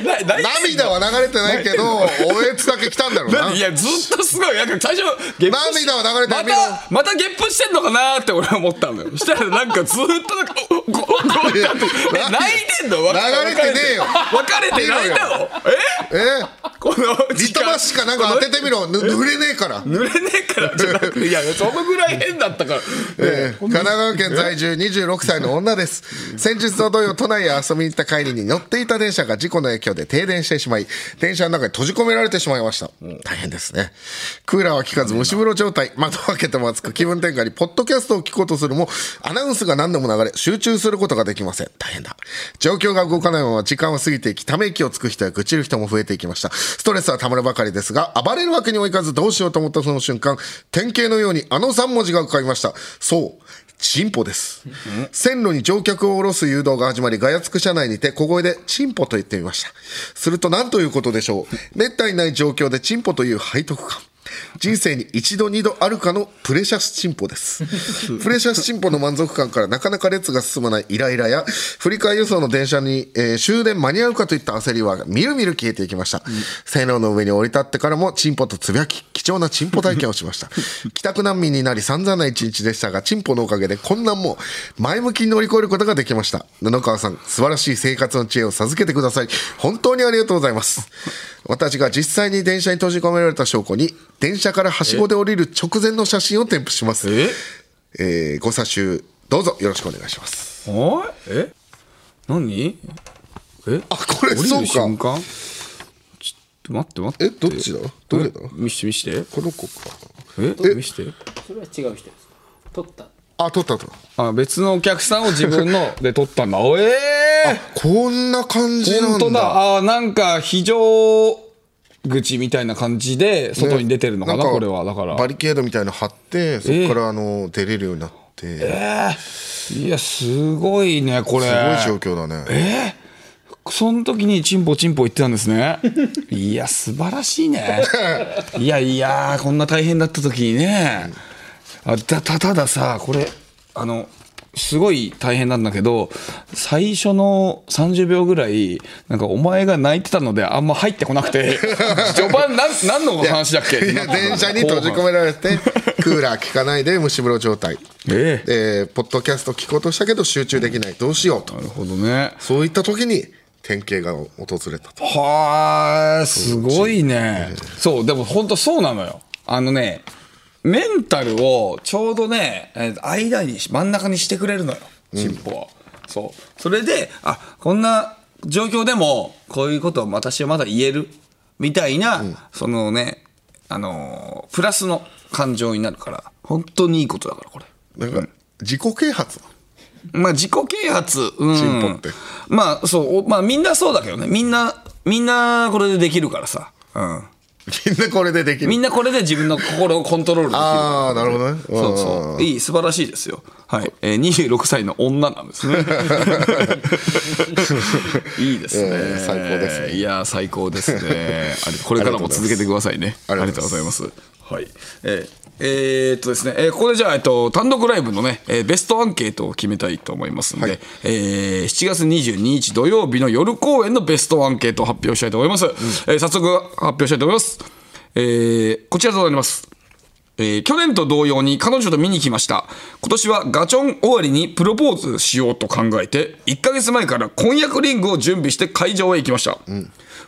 S2: えな泣いてん
S1: 涙は流れてないけどおえつだけ来たんだろうな
S2: の？いやずっとすごいなんか最初ゲップし
S1: 涙は流れて
S2: ま
S1: るけど
S2: たまたゲップしてんのかなーって俺は思ったのよ。したらなんかずっとなんかおごごごえ泣いてんの？
S1: 流れてねえよ
S2: 別れて泣いたの？え？
S1: え
S2: この
S1: リトマスしかなんか当ててみろぬ濡れねえから
S2: 濡れねえからじゃなくて いやそのぐらい変だったから、
S1: えー神奈川県在住26歳の女です先日の土曜都内へ遊びに行った帰りに乗っていた電車が事故の影響で停電してしまい電車の中に閉じ込められてしまいました大変ですねクーラーは効かず蒸し風呂状態窓を開けても暑く気分転換にポッドキャストを聞こうとするもアナウンスが何度も流れ集中することができません大変だ状況が動かないまま時間は過ぎていきため息をつく人や愚痴る人も増えていきましたストレスはたまるばかりですが暴れるわけにもいかずどうしようと思ったその瞬間典型のようにあの3文字が浮かびましたそうチンポです線路に乗客を降ろす誘導が始まりガヤつく車内にて小声でチンポと言ってみましたすると何ということでしょうめったにない状況でチンポという背徳感人生に一度二度あるかのプレシャスチンポですプレシャスチンポの満足感からなかなか列が進まないイライラや振り替え輸送の電車に、えー終電間に合うかといった焦りはみるみる消えていきました、線路の上に降り立ってからもチンポとつぶやき貴重なチンポ体験をしました帰宅難民になり散々な一日でしたがチンポのおかげで困難も前向きに乗り越えることができました布川さん素晴らしい生活の知恵を授けてください本当にありがとうございます私が実際に電車に閉じ込められた証拠に電車からはしごで降りる直前の写真を添付しますえーご冊子どうぞよろしくお願いします
S2: おいえ何え
S1: あこれ
S2: 降り
S1: そう
S2: る瞬
S1: か
S2: 間ちょっと待って待って
S1: えどっちだどれだこ
S2: 見して見して
S1: の子か
S2: え見して
S5: それは違う人です取った
S1: あ撮った撮った
S2: あ別のお客さんを自分 ので撮ったんだおええ
S1: こんな感じな
S2: 本
S1: ん
S2: 当
S1: だ
S2: だあーなんか非常口みたいな感じで外に出てるのかな
S1: なん
S2: これはだから
S1: バリケードみたいの張ってそこからあの出れるようになって、
S2: いやすごいねこれ
S1: すごい状況だね、
S2: その時にチンポチンポ言ってたんです ねいや素晴らしいねいやいやこんな大変だった時にねあたたたださこれあのすごい大変なんだけど最初の30秒ぐらいなんかお前が泣いてたのであんま入ってこな くて序盤なん何の話だっけ
S1: いや電車に閉じ込められてクーラー効かないで蒸し風呂状態
S2: ええ
S1: えーポッドキャスト聞こうとしたけど集中できないどうしようと
S2: なるほどね
S1: そういった時に典型が訪れたと
S2: はあすごいねそうでも本当そうなのよあのねメンタルをちょうどねえー間に真ん中にしてくれるのよ進歩を、そうそれであこんな状況でもこういうことを私はまだ言えるみたいな、そのねあのープラスの感情になるから本当にいいことだからこれ
S1: なんか自己啓発
S2: まあ自己啓発、うん、
S1: 進歩って
S2: まあそうおまあみんなそうだけどねみんなみんなこれでできるからさ、う
S1: みんなこれででき
S2: ん、み
S1: る
S2: んなこれで自分の心をコントロールできる
S1: ああなるほどね
S2: そう そういい素晴らしいですよはい、えー、26歳の女なんですね いいですね、
S1: えー最高ですね
S2: いやー最高ですねあれこれからも続けてくださいねあ
S1: あ
S2: り
S1: り
S2: が
S1: が
S2: と
S1: と
S2: う
S1: う
S2: ご
S1: ご
S2: ざ
S1: ざ
S2: い
S1: い
S2: ま
S1: ます
S2: はいえーえーっとですね、えーここでじゃあ、えっと、単独ライブのね、えーベストアンケートを決めたいと思いますんで、
S1: はい
S2: えー7月22日土曜日の夜公演のベストアンケートを発表したいと思います、えー早速発表したいと思います、えーこちらとなりますえー去年と同様に彼女と見に来ました今年はガチョン終わりにプロポーズしようと考えて1ヶ月前から婚約リングを準備して会場へ行きました、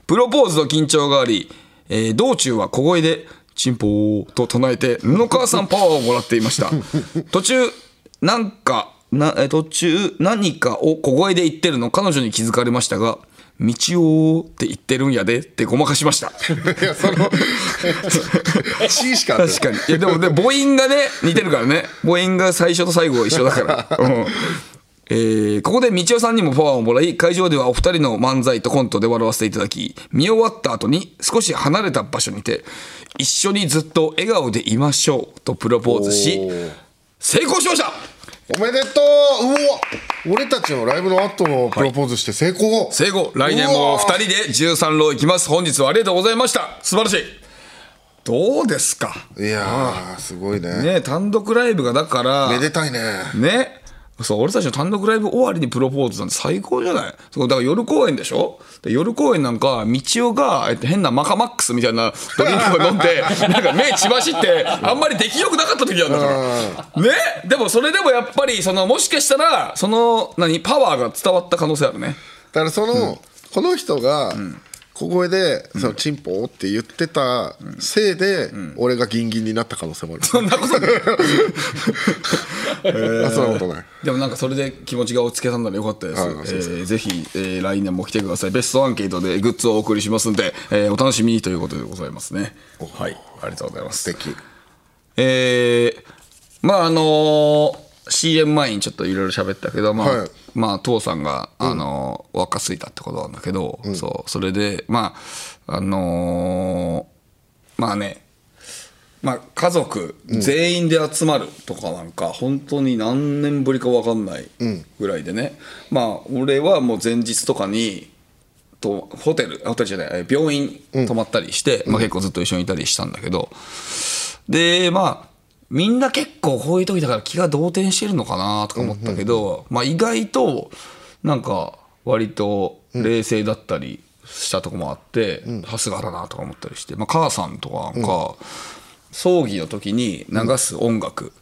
S2: プロポーズの緊張があり、えー道中は小声で「チンポー」と唱えて布川さんパワーをもらっていました途中なんかなえー途中何かを小声で言ってるの彼女に気づかれましたが「道を」って言ってるんやでってごまかしました
S1: いやその C しか合ってない
S2: 確かにいやでもね母音がね似てるからね母音が最初と最後一緒だ から、うんえーここで道夫さんにもパワーをもらい会場ではお二人の漫才とコントで笑わせていただき見終わった後に少し離れた場所にて一緒にずっと笑顔でいましょうとプロポーズし成功しました
S1: おめでとううわ俺たちのライブの後のプロポーズして成功、
S2: 成功来年も二人で13浪行きます本日はありがとうございました素晴らしいどうですか
S1: いやーすごいね
S2: ね単独ライブがだから
S1: めでたいね
S2: ねそう俺たちの単独ライブ終わりにプロポーズなんて最高じゃないそうだから夜公演でしょで夜公演なんか道夫が、えっと、変なマカマックスみたいなドリンクを飲ん でなんか目血走ってあんまり出来よくなかった時なんだからねでもそれでもやっぱりそのもしかしたらその何パワーが伝わった可能性あるね
S1: だからその、この人が小声で「そのチンポ」って言ってたせいで、俺がギンギンになった可能性もある
S2: そんなこと ない
S1: あそんなことない
S2: でもなんかそれで気持ちが落ち着けたんならよかったです。
S1: はいそうです
S2: えーぜひ、えー来年も来てください。ベストアンケートでグッズをお送りしますんで、えーお楽しみにということでございますね。 はい、ありがとうございます。
S1: 素敵
S2: えーまああのー CM 前にちょっといろいろ喋ったけど、まあ、
S1: はい
S2: まあ父さんが、あのー若すぎたってことなんだけど、そうそれでまああのーまあねまあ家族全員で集まるとかなんか本当に何年ぶりか分かんないぐらいでね、まあ俺はもう前日とかにとホテルあホテルじゃないえ病院泊まったりして、まあ、結構ずっと一緒にいたりしたんだけど、でまあみんな結構こういう時だから気が動転してるのかなとか思ったけど、まあ、意外となんか割と冷静だったりしたとこもあって、さすがだなとか思ったりして、まあ、母さんとかなんか、葬儀の時に流す音楽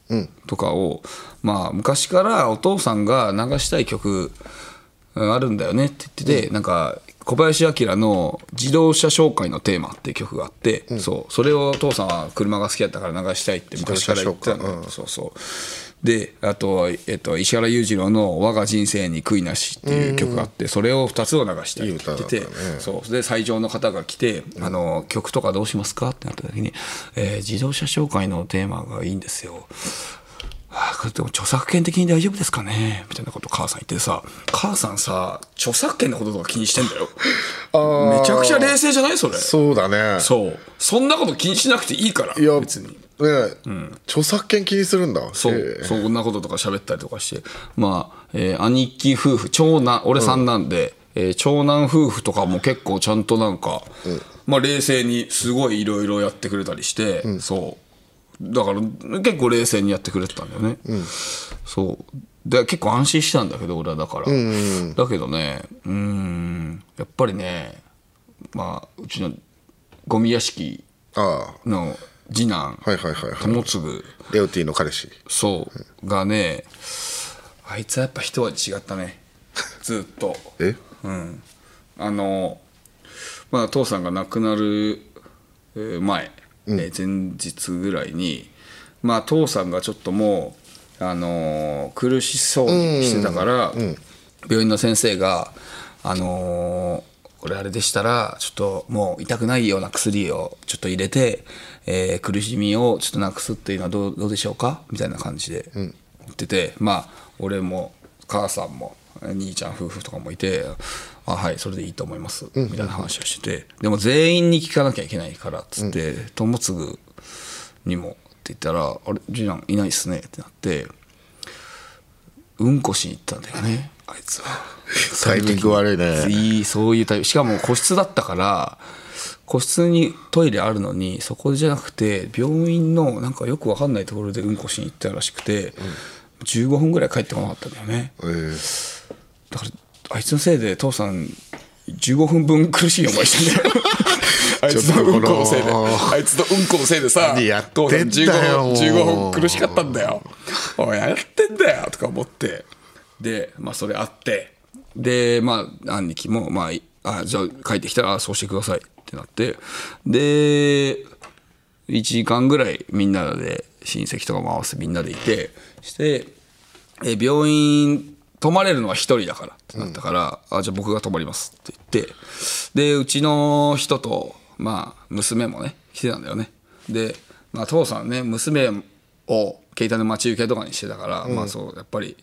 S2: とかを、まあ、昔からお父さんが流したい曲うんあるんだよねって言ってて、なんか小林明の「自動車紹介のテーマ」っていう曲があって、そうそれをお父さんは車が好きだったから流したいって昔から言ってたのよ、そうそうであと,、えっと石原裕次郎の「我が人生に悔いなし」っていう曲があって、それを2つを流したいって言ってて
S1: いい歌だったね
S2: そうで最上の方が来て、あの「曲とかどうしますか?」ってなった時に、えー自動車紹介のテーマがいいんですよ」あこれでも著作権的に大丈夫ですかねみたいなこと母さん言ってさ母さんさ著作権のこととか気にしてんだ よめちゃくちゃ冷静じゃないそれそ
S1: そうだね
S2: うそんなこと気にしなくていいから
S1: いや
S2: 別に
S1: ね、著作権気にするんだ
S2: そう、
S1: ええ
S2: そんなこととか喋ったりとかしてまあ、えー兄貴夫婦長男俺三男で、えー長男夫婦とかも結構ちゃんとなんか、まあ冷静にすごいいろいろやってくれたりして、そうだから結構冷静にやってくれてたんだよね、そうで結構安心したんだけど俺はだから、だけどねうーんやっぱりねまあうちのゴミ屋敷
S1: あ
S2: の次男
S1: あはいはいはいはい
S2: 友次
S1: レオティの彼氏
S2: そうがねあいつはやっぱ一味違ったねずっと
S1: え
S2: うんあのまあ父さんが亡くなるえー前、えー前日ぐらいにまあ父さんがちょっともうあのー苦しそうにしてたから、病院の先生があのー俺あれでしたらちょっともう痛くないような薬をちょっと入れて、えー苦しみをちょっとなくすっていうのはどうどうでしょうかみたいな感じで言ってて、まあ俺も母さんも兄ちゃん夫婦とかもいて「あはいそれでいいと思います」みたいな話をしててでも全員に聞かなきゃいけないからっつって友次にもって言ったら「あれ次男いないっすね」ってなってうんこしに行ったんだよねあいつは。
S1: タイミング悪いね
S2: いいそういうタイプしかも個室だったから個室にトイレあるのにそこじゃなくて病院のなんかよくわかんないところでうんこしに行ったらしくて、15分ぐらい帰ってこなかったんだよね
S1: えー
S2: だからあいつのせいで父さん15分分苦しい思いしてん だよあいつのうんこのせい
S1: ちょ
S2: で
S1: っとこの
S2: あいつのうんこのせいでさ
S1: 何やってんだよ
S2: 父さん15分
S1: も
S2: 15
S1: う
S2: 分苦しかったんだよおいやってんだよとか思ってでまあそれあってでまあ兄貴もまあいあじゃあ帰ってきたらあそうしてくださいってなってで1時間ぐらいみんなで親戚とかも合わせてみんなでいてしてえー病院泊まれるのは一人だからってなったから、あじゃあ僕が泊まりますって言ってでうちの人と、まあ、娘もね来てたんだよねで、まあ、父さんね娘を携帯の待ち受けとかにしてたから、まあそうやっぱり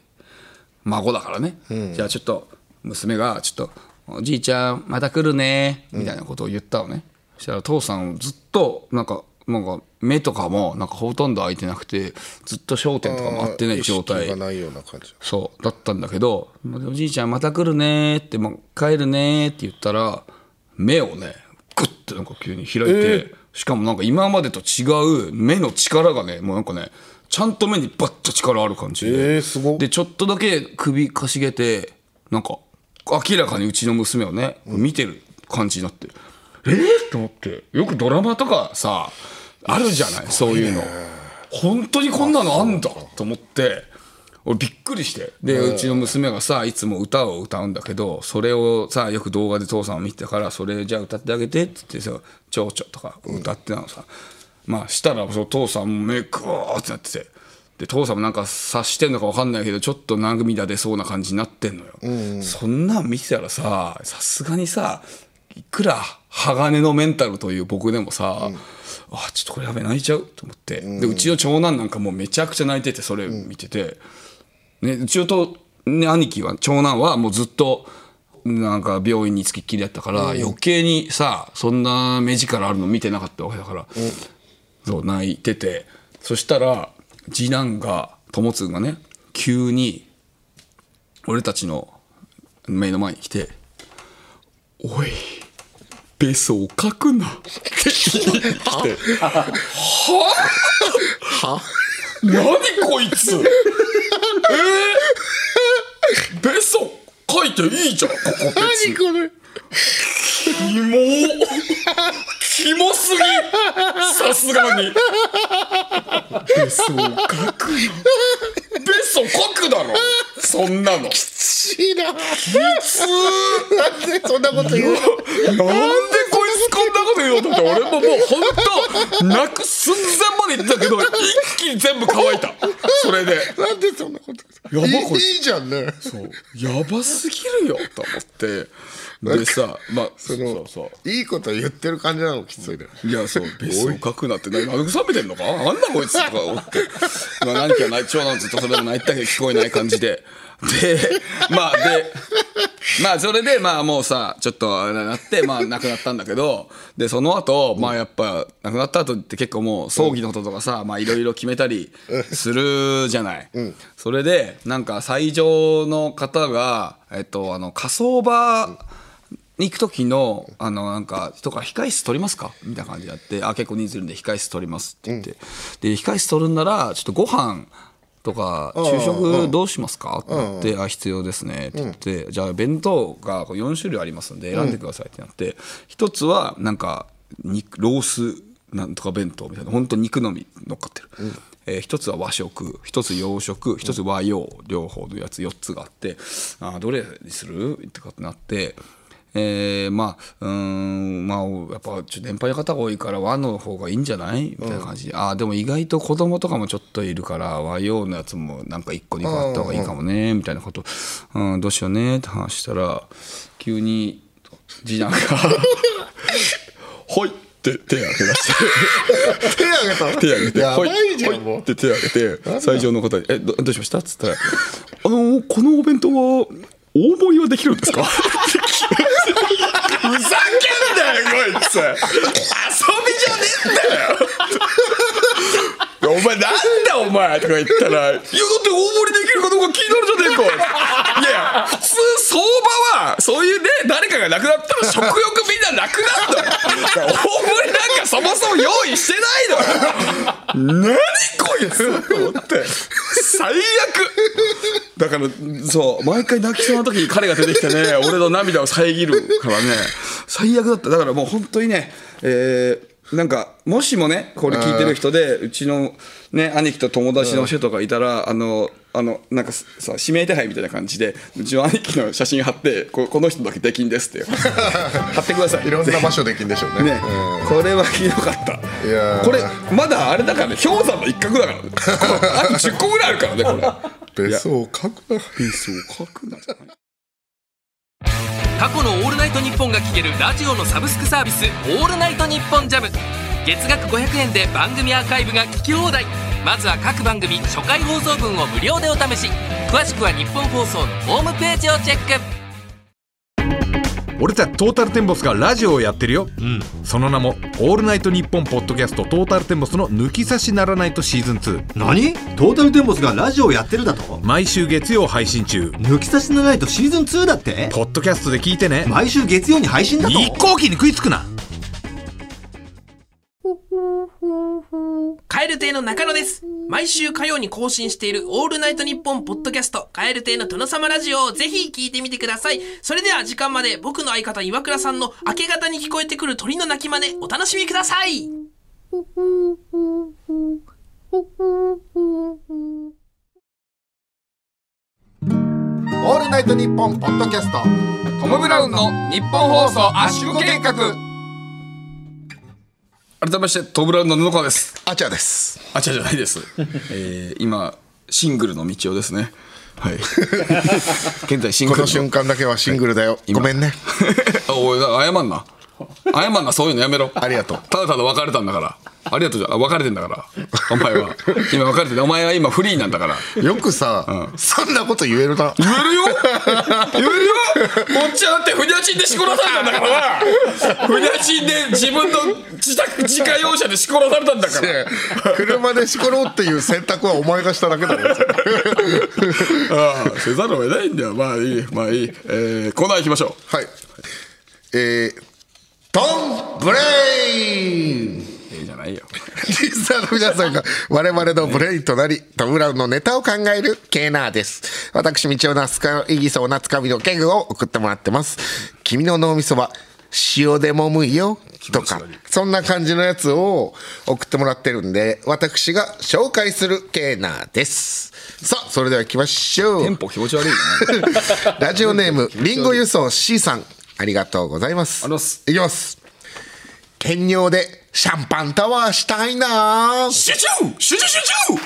S2: 孫だからね、じゃあちょっと娘がちょっと「おじいちゃんまた来るね」みたいなことを言ったのね、そしたら父さんずっとなんかなんか目とかもなんかほとんど開いてなくてずっと焦点とかも合ってない状
S1: 意
S2: 態
S1: 識がないような感じ
S2: そうだったんだけど「おじいちゃんまた来るね」って、まあ帰るね」って言ったら目をねグッてなんか急に開いて、しかもなんか今までと違う目の力がねもうなんかねちゃんと目にバッと力ある感じで,、
S1: えーすごっ
S2: でちょっとだけ首かしげてなんか明らかにうちの娘をね見てる感じになって、えー、と思ってよくドラマとかさあるじゃないそういうの本当にこんなのあんだと思って俺びっくりしてでうちの娘がさいつも歌を歌うんだけどそれをさよく動画で父さんを見てたからそれじゃあ歌ってあげてって言ってさ「蝶々」とか歌ってたのさ、まあしたらその父さんも目グワーってなってて。で父さんもなんか察してんのか分かんないけどちょっと涙出そうな感じになってんのよ、そんなん見てたらささすがにさいくら鋼のメンタルという僕でもさ、あちょっとこれやべえ泣いちゃうと思って、でうちの長男なんかもうめちゃくちゃ泣いててそれ見てて、ね、うちのと、ね、兄貴は長男はもうずっとなんか病院につきっきりだったから、余計にさそんな目力あるの見てなかったわけだから、そう泣いててそしたら次男が友通がね急に俺たちの目の前に来て「おいベソを書くな」って言ってきて「はぁは何こいつえー、ベソ書いていいじゃんここ別に
S1: これ
S2: キモキモすぎさすがにベソ書くなベソ書くだろそんなの
S1: しいななんでそんなこと言う
S2: なんでこいつこんなこと言うのって俺ももう本当泣く寸前まで言ってたけど一気に全部乾いたそれで
S1: なんでそんなこと
S2: やば
S1: いい
S2: これ
S1: いいじゃんね
S2: そうやばすぎるよと思ってでさまあそ
S1: その
S2: うそう
S1: いいこと言ってる感じなのきついね、
S2: いや、そう、ベースを書くなって、な慰めてんのかあんなこいつとか思って。まあ、何かない、長男ずっとそれも泣いてたけど聞こえない感じで。で、まあ、で、まあ、それで、まあ、もうさ、ちょっと、あれになって、まあ、亡くなったんだけど、で、その後、まあ、やっぱ、亡くなった後って結構もう、葬儀のこととかさ、まあ、いろいろ決めたりするじゃない。それで、なんか、最上の方が、えっと、あの、火葬場、行く時のあのなんかとか控室取りますかみたいな感じでやってあ結構人数いるんで控室取りますって言って、で控室取るんならちょっとご飯とか昼食どうしますかってなって、あ必要ですねって言って、じゃあ弁当がこう4種類ありますんで選んでくださいってなって、一つはなんか肉ロースなんとか弁当みたいな本当肉のみ乗っかってる、えー一つは和食一つ洋食一つ和洋両方のやつ4つがあってあーどれにするとかってなって。えー、まあうーんまあやっぱちょっと年配の方が多いから和の方がいいんじゃないみたいな感じで、ああでも意外と子供とかもちょっといるから和洋のやつもなんか1個2個あった方がいいかもねみたいなこと、うん、どうしようねって話したら急に次男が「ほい!」って手を挙げ出して。
S1: 手あげた
S2: 手挙げて、
S1: やばいじゃ
S2: ほ
S1: んも
S2: っ
S1: う
S2: て手挙げて、最上の方に、え、どどうしましたっつったら、あのーこのお弁当は、大盛りはできるんですかって聞きましたふざけんなよ、こいつ遊びじゃねえんだよお前なんだお前とか言ったら「いやだって大盛りできるかどうか気になるじゃねえか」いやいや普通相場はそういうね誰かが亡くなったら食欲みんななくなるのよ大盛りなんかそもそも用意してないのよ何こいつと思って最悪だからそう毎回泣きそうな時に彼が出てきてね俺の涙を遮るからね最悪だっただからもう本当にねえーなんかもしもねこれ聞いてる人でうちのね兄貴と友達の人とかいたらあのあのなんかさ指名手配みたいな感じでうちの兄貴の写真貼ってここの人だけできんです っていう貼ってください
S1: いろんな場所できんでしょうね
S2: ね、これはひどかった
S1: いやー
S2: これまだあれだからね氷山の一角だからねあと10個ぐらいあるからねこれ
S1: ベースを書くなベースを書くな
S7: 過去の「オールナイトニッポン」が聴けるラジオのサブスクサービス「オールナイトニッポンジャム月額500円で番組アーカイブが聞き放題まずは各番組初回放送分を無料でお試し詳しくは日本放送のホームページをチェック
S8: 俺たちトータルテンボスがラジオをやってるよ、その名も「オールナイトニッポン」ポッドキャストトータルテンボスの「抜き差しならないと」シーズン2
S6: 何トータルテンボスがラジオやってるだと
S8: 毎週月曜配信中
S6: 抜き差しならないとシーズン2だって
S8: ポッドキャストで聞いてね
S6: 毎週月曜に配信だと
S8: 一向機に食いつくな
S7: 蛙亭の中野です毎週火曜に更新している「オールナイトニッポン」ポッドキャスト「蛙亭の殿様ラジオ」をぜひ聞いてみてくださいそれでは時間まで僕の相方岩倉さんの明け方に聞こえてくる鳥の鳴き真似お楽しみください
S4: オールナイトニッポンポッドキャスト
S2: トム・ブラウンの日本放送圧縮計画改めましてトム・ブラウンの布川です
S1: あちゃです
S2: あちゃじゃない です、えー、今シングルの道をですねはい 現在シング
S1: こ
S2: ル
S1: の瞬間だけはシングルだよ
S2: 今
S1: ごめんね
S2: あおい謝んな謝んなそういうのやめろ
S1: ありがとう
S2: ただただ別れたんだからありがとうじゃあ別れてんだからお前は今別れててお前は今フリーなんだから
S1: よくさ、そんなこと言え るな
S2: 言えるよ言えるよこっちはだってふにゃちんでしこらされたんだからなふにゃちんで自分の自宅自家用車でしこらされたんだから
S1: で車でしころうっていう選択はお前がしただけだよ
S2: ああせざるを得ないんだよまあいいまあいい、えー、コーナー行きましょ
S1: はいえー、トンブレ イン
S2: ういいじゃないよ
S1: リスナーの皆さんが我々のブレインとなり、トム・ブラウンのネタを考えるケーナーです。私、道夫なすか、いぎそうなつかみのギャグを送ってもらってます。君の脳みそは塩でもむいよとか、そんな感じのやつを送ってもらってるんで、私が紹介するケーナーです。さあ、それでは行きましょう。
S2: テンポ気持ち悪いよね
S1: ラジオネーム、リンゴ輸送 C さん、ありがとうございます。
S2: ありがとうございます
S1: いきます。兼用でシャンパンタワーしたいなぁ
S2: シュシュシュシュシュシュ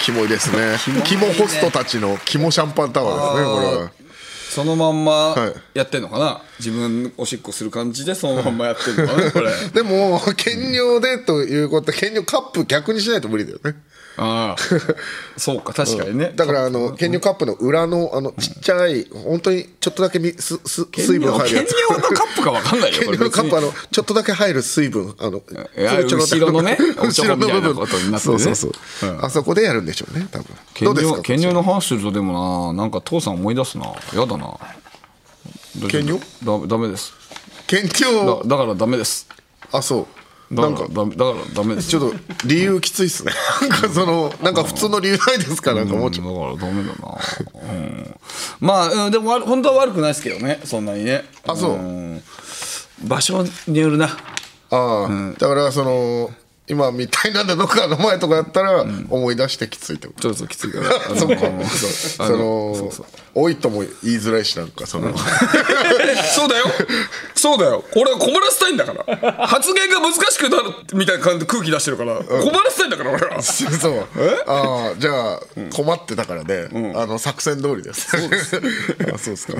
S1: キモいですね。キモホストたちのキモシャンパンタワーですね、こ
S2: そのまんま
S1: はい
S2: やってんのかな、自分おしっこする感じで そのまんまやってんのかなこれ
S1: れは。でも、兼用でということは、兼用カップ逆にしないと無理だよね。
S2: ああそうか確かにね、
S1: だから、あの、兼用カップの裏の、あの、ちっちゃい、本当にちょっとだけみすす水分入るやつ。
S2: 兼用のカップかわかんないよ
S1: 兼用のカップ、
S2: こ
S1: あ
S2: れ別に
S1: の、ちょっとだけ入る水分、あの、
S2: いや
S1: それちょろっと
S2: 後ろのねおち
S1: 後ろ
S2: ょこ
S1: の
S2: みた
S1: 部
S2: いな
S1: 分
S2: ことになって
S1: そ
S2: るね
S1: うそうそう。
S2: うん
S1: あそこでやるんでしょうね、多分。どうですか
S2: 兼用の話するとでもななんか父さん思い出すなやだな
S1: 兼用
S2: だダメです
S1: 兼
S2: だ
S1: 用、
S2: だからダメです
S1: あ、そう。
S2: だ
S1: な
S2: から
S1: んか、
S2: ダメだからダメです
S1: ちょっと理由きついっすね。 なんかその、なんか普通の理由ないですか、なんかもうちょっ
S2: うんだからダメだな、うん、まあ、うん、でもわ本当は悪くないですけどねそんなにね
S1: あそうん
S2: 場所によるな
S1: と。ああ、だからその、今みたいなのかの前とかやったら思い出してきついってこと。
S2: ちょっときついから あの
S1: そっか
S2: あのそうあ
S1: そ
S2: のそう
S1: の
S2: そう、
S1: 多いとも言いづらいし、なんか その、
S2: そうだよそうだよ俺は困らせたいんだから発言が難しくなるみたいな感じで空気出してるから、困らせたいんだから俺 は
S1: そう。ああ、じゃあ困ってたからね、あの作戦通りです。 あそうですか。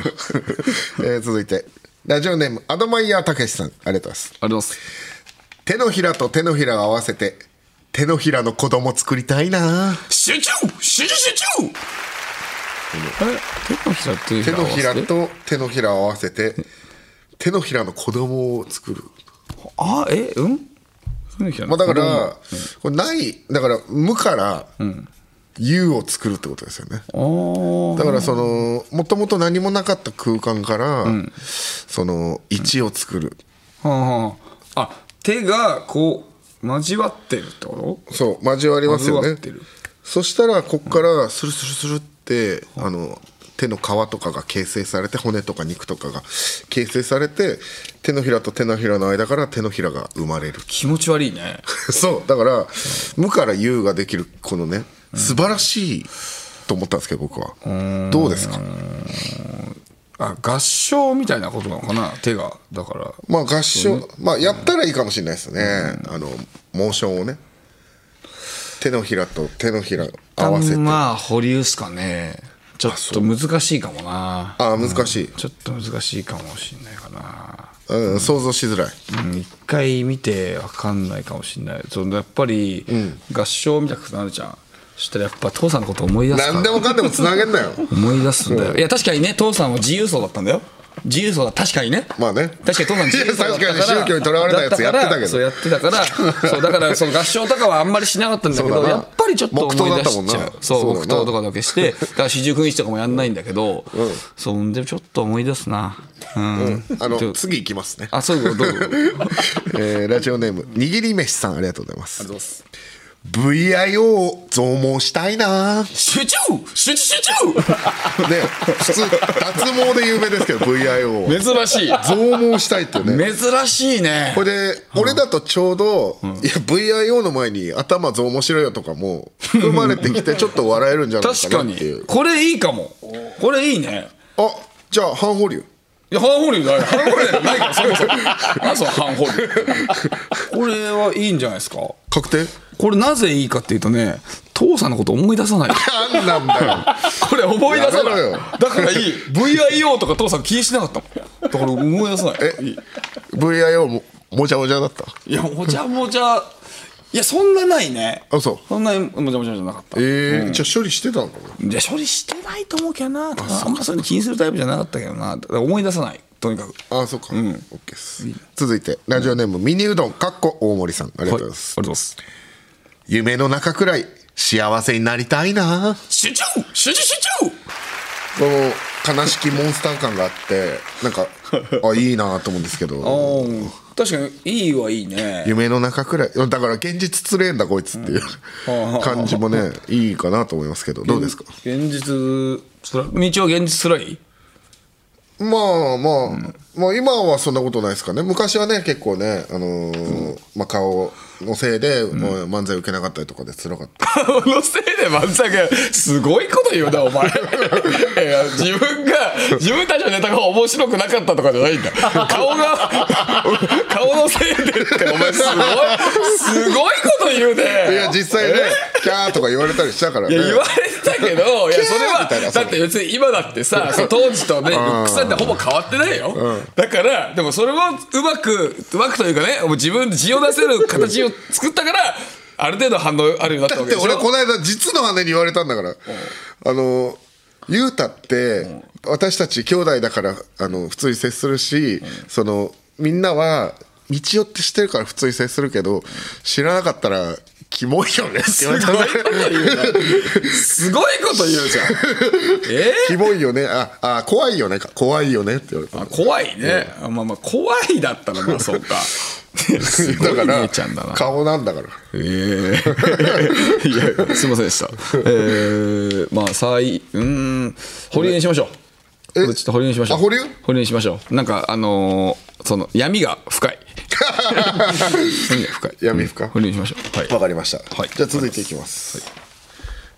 S1: えー続いて、ラジオネーム、アドマイヤーたけしさん、ありがとうございます。
S2: あります
S1: 手のひらと手のひらを合わせて、手のひらの子供作りたいな
S2: 集中集中集中手のひら
S1: 手のひ
S2: 手
S1: らと手のひらを合わせて手のひらの子供を作る、
S2: あえうん手のひら
S1: まあ、だからこれないだから無から有を作るってことですよねだからそのもともと何もなかった空間からその一を作る
S2: はあはあ、あ手がこう交わってるってこ
S1: そう交わり
S2: と
S1: ますよ
S2: 交わ
S1: ね
S2: ってる
S1: そしたらここからスルスルスルってあの手の皮とかが形成されて骨とか肉とかが形成されて手のひらと手のひらの間から手のひらが生まれる
S2: 気持ち悪いね
S1: そうだから無から有ができるこのね素晴らしいと思ったんですけど僕はどうですか
S2: あ合唱みたいなことなのかな手がだから
S1: まあ合唱まあやったらいいかもしれないですねあのモーションをね手のひらと手のひら合わせて
S2: 旦まあ保留っすかねちょっと難しいかもな
S1: ああ難しい、
S2: ちょっと難しいかもしんないかな
S1: うん想像しづらい
S2: うん一回見て分かんないかもしんないそのやっぱり合唱みたくなるじゃんそしたらやっぱ父さんのこと思い出すから
S1: 何でもかんでもつなげんなよ
S2: 思い出すんだよいや確かにね父さんは自由層だったんだよ自由層だ確かにね
S1: まあね
S2: 確かに父さん自由層だったから
S1: いや確かに宗教にとらわれないやつやってたけど
S2: だらそうやってたからそうだからその合唱とかはあんまりしなかったんだけ
S1: そう
S2: ど
S1: だな
S2: やっぱりちょっと思い出し
S1: 黙祷だっ
S2: ちゃ
S1: た
S2: う
S1: もんな
S2: そう
S1: そうだな
S2: 黙祷とかだけしてだから四十九日とかもやんないんだけど、そうでもちょっと思い出すなうん、
S1: あ
S2: ちょ
S1: の次いきますね
S2: あそういうことどうぞ
S1: えーラジオネームにぎり飯さんありがとうございます VIO を増毛したいなー
S2: 集中集中集中
S1: ね普通脱毛で有名ですけど VIO を
S2: 珍しい
S1: 増毛したいってね
S2: 珍しいね
S1: これで俺だとちょうど、いや VIO の前に頭増毛しろよとかも含まれてきてちょっと笑えるんじゃない
S2: 確
S1: か
S2: か
S1: なっていう
S2: にこれいいかもこれいいね
S1: あじゃあ半保留
S2: いや、半保留だよ。半保留じゃないから、そもそも。あ、そう、半保留。これはいいんじゃないですか。こ
S1: 確定
S2: れなぜいいかっていうとね、父さんのこと思い出さない。
S1: なんなんだよ
S2: これ思い出さ
S1: やめ
S2: な
S1: ろ
S2: い
S1: よ。
S2: だからいい。VIO とか父さん気にしてなかったもん。だから思い出さない。
S1: え VIO ももじゃもじゃだった
S2: いや、もじゃもじゃ。いや、そんなないね。
S1: あそう
S2: そんなにもじゃもじゃじゃなかった。
S1: えーじゃあ処理してたのかな
S2: じゃ処理してないと思うけどな。あんまそういうの気にするタイプじゃなかったけどな。だから思い出さない。とにかく。
S1: あそっか、オッケーです続いてラジオネームミニうどんかっこ大森さんありがとうございます、
S2: ありがとうございます。
S1: 夢の中くらい幸せになりたいな
S2: 集中集中集中
S1: この悲しきモンスター感があってなんかあいいなと思うんですけど
S2: うん確かにいいはいいね
S1: 夢の中くらいだから現実つれえんだこいつっていう感じもねいいかなと思いますけどどうですか
S2: 現実つら道は現実つらい
S1: まあまあ、まあ今はそんなことないですかね昔はね結構ね、あのーまあ、顔のせいで、もう漫才受けなかったりとかで辛かった
S2: このせいで漫才がすごいこと言うなお前いや自分が自分たちのネタが面白くなかったとかじゃないんだ顔が顔のせいでってお前すごいすごいこと言うね
S1: いや実 際ねキャーとか言われたりしたから
S2: い
S1: ね
S2: や言われて たけど、いやそれ
S1: みたいな
S2: は
S1: そ
S2: だ
S1: う
S2: って別に今だってさ、そう当時とね、ルックスなんてほぼ変わってないよ。だからでもそれをうまくうまくというかね、もう自分で字を出せる形を作ったから。ある程度反応あるようになった
S1: だっ
S2: わけ
S1: て
S2: でしょ
S1: 俺この間実の姉に言われたんだから、あの雄太って私たち兄弟だからあの普通に接するし、そのみんなは道をって知ってるから普通に接するけど知らなかったらキモいよねって言われたんだ
S2: すごい こと言うなすごいこと言 うじゃんえ
S1: キモいよねああ怖いよねか怖いよねって言われた
S2: ー、怖いね、あまあまあ怖いだったらまあそ うかすごい
S1: だから
S2: 姉ちゃんだな
S1: 顔なんだから
S2: ええいやすいませんでした。えー、まあ最うーん保留にしましょう。こ
S1: え
S2: れちょっと保留にしましょう。
S1: あ保留
S2: 保留にしましょう。なんかあのーその闇が深 い。闇が深い。
S1: 闇深
S2: うん保留にしましょう。はい。
S1: わかりました、
S2: はい
S1: じゃあ続いていきます、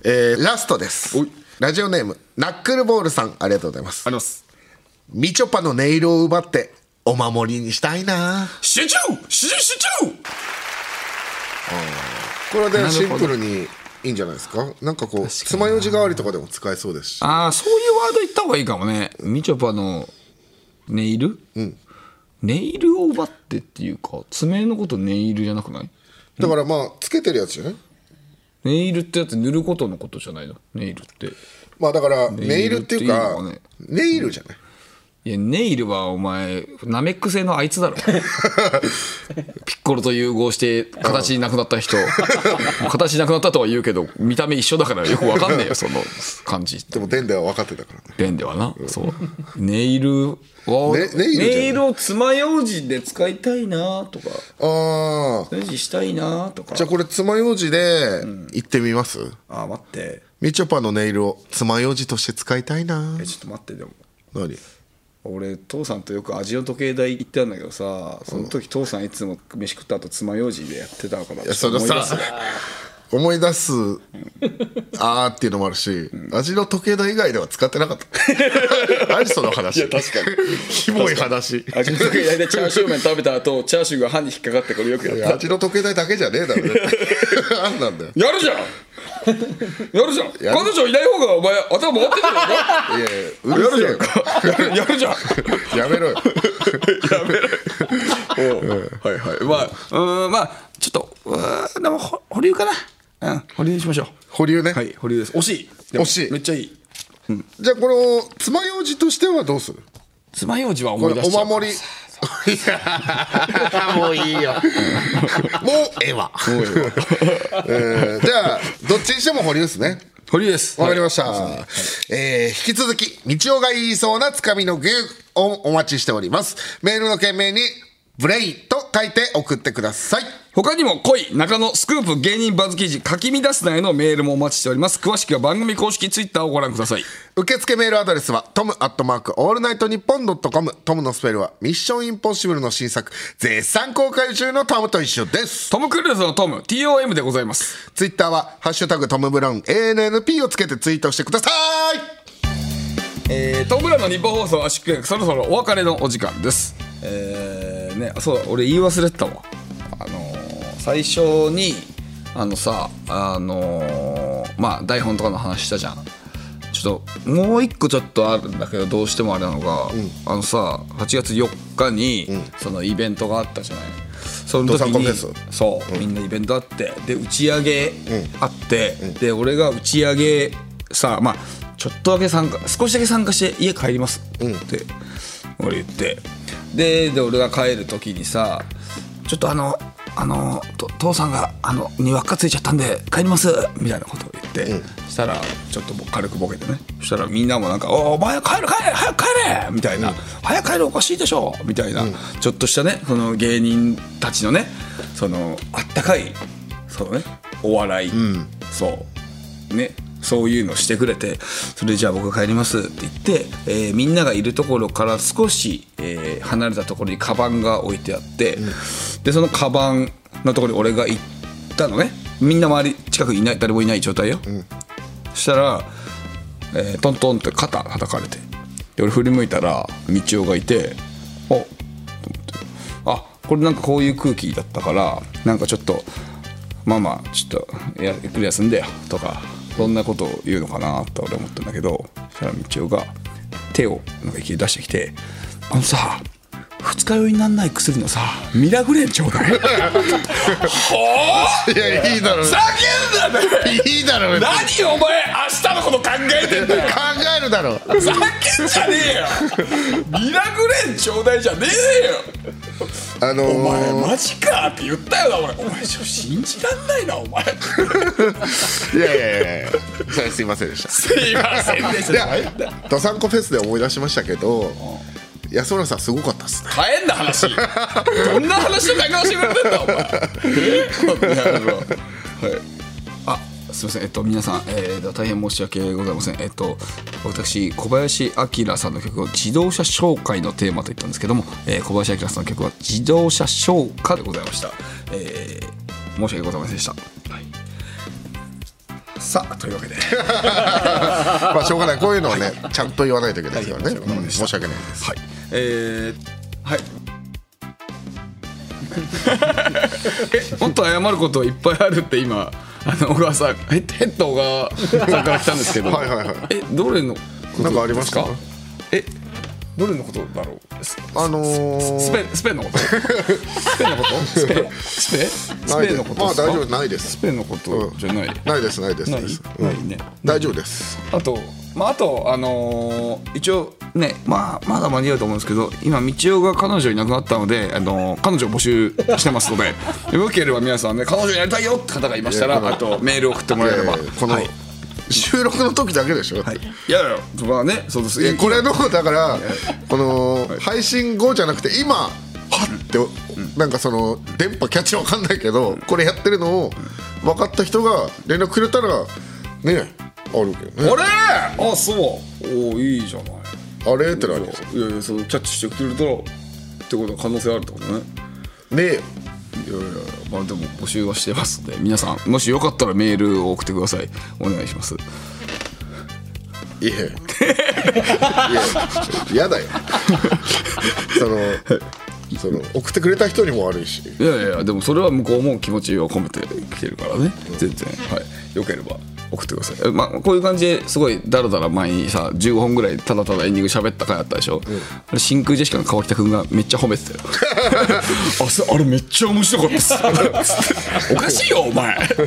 S1: えーラストですラジオネームナックルボールさんありがとうございます
S2: ります。
S1: みちょぱの音色を奪ってお守りにしたいな
S2: 集中集中集中。
S1: これで
S2: な
S1: シ
S2: る
S1: ン
S2: ほど
S1: プルにいいんじゃないですかなんかこう爪楊枝代わりとかでも使えそうですし
S2: ああそういうワード言った方がいいかもね。みちょぱのネイル？ネイルを奪ってっていうか爪のことネイルじゃなくない？
S1: だからまあつけてるやつじゃない
S2: ネイルってやつ塗ることのことじゃないのネイルって。
S1: まあだからネイルっていうか
S2: ネイルって
S1: ネイルじゃない
S2: いや、ネイルはお前、ナメック星のあいつだ ろ。ピッコロと融合して、形なくなっ た人。形なくなったとは言うけど、見た目一緒だからよくわかん ねえよ、その感じ。
S1: でもデンでは分かってたからね
S2: ペンではな。そう。ネイルは、
S1: ねネイルじゃない
S2: ネイルを爪楊枝で使いたいなとか、
S1: ああ
S2: ネジしたいなとか
S1: じゃ。あこれ爪楊枝で行ってみます、
S2: あ、待って。
S1: みちょぱのネイルを爪楊枝として使いたいな
S2: えちょっと待って、でも。
S1: 何
S2: 俺父さんとよく味の時計台行ってたんだけどさその時父さんいつも飯食った後爪楊枝でやってたから
S1: やその
S2: 思い出
S1: さ
S2: す
S1: 思い出 すあーっていうのもあるし、味の時計台以外では使ってなかった 何その話
S2: いや確かに
S1: キモい話
S2: 味の時計台でチャーシュー麺食べた後チャーシューが歯に引っかかってこれよくやっ
S1: い
S2: た
S1: や味の時計台だけじゃねえだろ絶 対何なんだよ
S2: やるじゃんやるじゃん彼女いない方がお前頭回ってたの か
S1: いやいやうるせえよ
S2: やるやるじゃ ん
S1: やめろよ
S2: はいはいまあうーんまあちょっとうーんでもほ保留かなうん保留にしましょ
S1: 保留ね、
S2: うはい保留です惜しいでも
S1: 惜しい
S2: めっちゃいい
S1: じゃあこの爪楊枝としてはどうする
S2: 爪楊枝は
S1: こ
S2: 思い
S1: れ
S2: 出
S1: お
S2: しちゃう
S1: 守 りもういい よもうええわ えーじゃあどっちにしても保留ですね
S2: 保留です
S1: わかりました、えー引き続き道夫が言いそうなつかみの芸をお待ちしておりますメールの件名に「ブレイン」と書いて送ってください
S2: 他にも恋中野スクープ芸人バズ記事書き乱すなへのメールもお待ちしております詳しくは番組公式ツイッターをご覧ください
S1: 受付メールアドレスはトムアットマークオールナイトニッポンドットコムトムのスペルはミッションインポッシブルの新作絶賛公開中のトムと一緒です
S2: トム・クルーズのトム TOM でございます
S1: ツイッターは「ハッシュタグトム・ブラウン ANNP」をつけてツイートしてください
S2: えー、トム・ブラウンの日本放送圧縮計画そろそろお別れのお時間ですえー、ねそうだ俺言い忘れてたわあのー最初にあのさあのーまあ台本とかの話したじゃんちょっともう一個ちょっとあるんだけどどうしてもあれなのが、あのさ8月4日に、そのイベントがあったじゃないその
S1: ド
S2: 時
S1: サンコン
S2: に
S1: フェス
S2: そう、みんなイベントあってで打ち上げあって、で俺が打ち上げさまあちょっとだけ参加少しだけ参加して家帰りますって、俺言ってでで俺が帰る時にさちょっとあのあのと父さんがあのに輪っかついちゃったんで帰りますみたいなことを言って、したらちょっとぼ軽くボケてねそしたらみんなもなんか「おお前帰る帰れ早く帰れ!」みたいな、早く帰るおかしいでしょ!」みたいな、ちょっとしたねその芸人たちのねそのあったかいそのねお笑い、そうねそういうのしてくれてそれじゃあ僕帰りますって言って、えーみんながいるところから少し、えー離れたところにカバンが置いてあって、でそのカバンのところに俺が行ったのねみんな周り近くにいない誰もいない状態よ、そしたら、えートントンって肩叩かれてで俺振り向いたら道夫がいて「おあこれなんかこういう空気だったからなんかちょっとまあまあちょっとやゆっくり休んでよとかそんなことを言うのかなと俺思ったんだけどそしたら道夫が手をなんかいきなり出してきて「あのさ二日酔いになんない薬のさミラグレーンちょうだい」
S1: いやいいだろう
S2: 叫んだね
S1: いいだろう
S2: 何
S1: 考
S2: お前明日のこと考えてんだよ
S1: えるだろう
S2: ふざけんじゃねえよミラクレーンちょうだいじゃねえよ
S1: あの
S2: お前
S1: ー
S2: マジかって言ったよな俺お前ちょ信じらんないなお前
S1: いやいやいやい やそれすいませんでした
S2: すいませんでし
S1: で
S2: た
S1: ドサンコフェスで思い出しましたけど安村さんすごかったっすね
S2: 変えんな話どんな話の中をしてくれてんだお前え こんな野郎はいあすいませんえっと皆さん、えー、大変申し訳ございませんえっと私小林明さんの曲を自動車紹介のテーマと言ったんですけども、えー、小林明さんの曲は自動車紹介でございました、えー、申し訳ございませんでした、はい、さあというわけで
S1: まあしょうがないこういうのをねちゃんと言わないといけないですからねうん申し訳ないです
S2: はい。えー、はい。 えもっと謝ることいっぱいあるって今あの小川さんヘッヘッド小川さんから来たんですけど
S1: はいはいはい
S2: えどれのこと
S1: なんかありますか
S2: ですえどれのことだろうス
S1: あの
S2: ス
S1: ー
S2: ペスペのことスペのことスペスペス
S1: ない
S2: ペ
S1: で
S2: のこと
S1: まあ
S2: ですか
S1: 大丈夫ないです
S2: スペのことじゃない、
S1: ないですないです
S2: ない
S1: です
S2: ないね
S1: 大丈夫です
S2: あと、まあ、あと、あのー一応ね、まあ、まだ間に合うと思うんですけど今道夫が彼女いなくなったので、あのー彼女を募集してます のでよければ皆さんね彼女やりたいよって方がいましたら
S1: いや
S2: あとメールを送ってもらえれば、
S1: えーこの
S2: はい、
S1: 収録の時だけでしょ
S2: はい、いやいやまあねそうです
S1: いやこれのだからこの
S2: い
S1: 配信後じゃなくて今はってなんかその電波キャッチわかんないけどこれやってるのを分かった人が連絡くれたらねあるけどね
S2: あれあそうおーいいじゃない
S1: あれってなるんですよ
S2: いやいやそうキャッチしてくれたらってことは可能性あるってことね
S1: ねえよ
S2: いやいやまあでも募集はしてますので皆さんもしよかったらメールを送ってくださいお願いします
S1: いやいややだよそのその送ってくれた人にも悪いし
S2: いやいやでもそれは向こうも気持ちを込めてきてるからね全然はいよければ送ってくださいえまあこういう感じですごいダラダラ前にさ15本ぐらいただただエンディング喋った回あったでしょ、あれ真空ジェシカの川北君がめっちゃ褒めてたよ あそあれめっちゃ面白かったっす おかしいよお前そう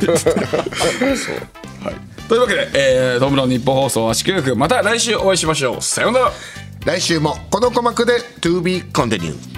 S2: はいというわけで、えー、トムラの日本放送は支給また来週お会いしましょうさようなら
S1: 来週もこの鼓膜で To be continued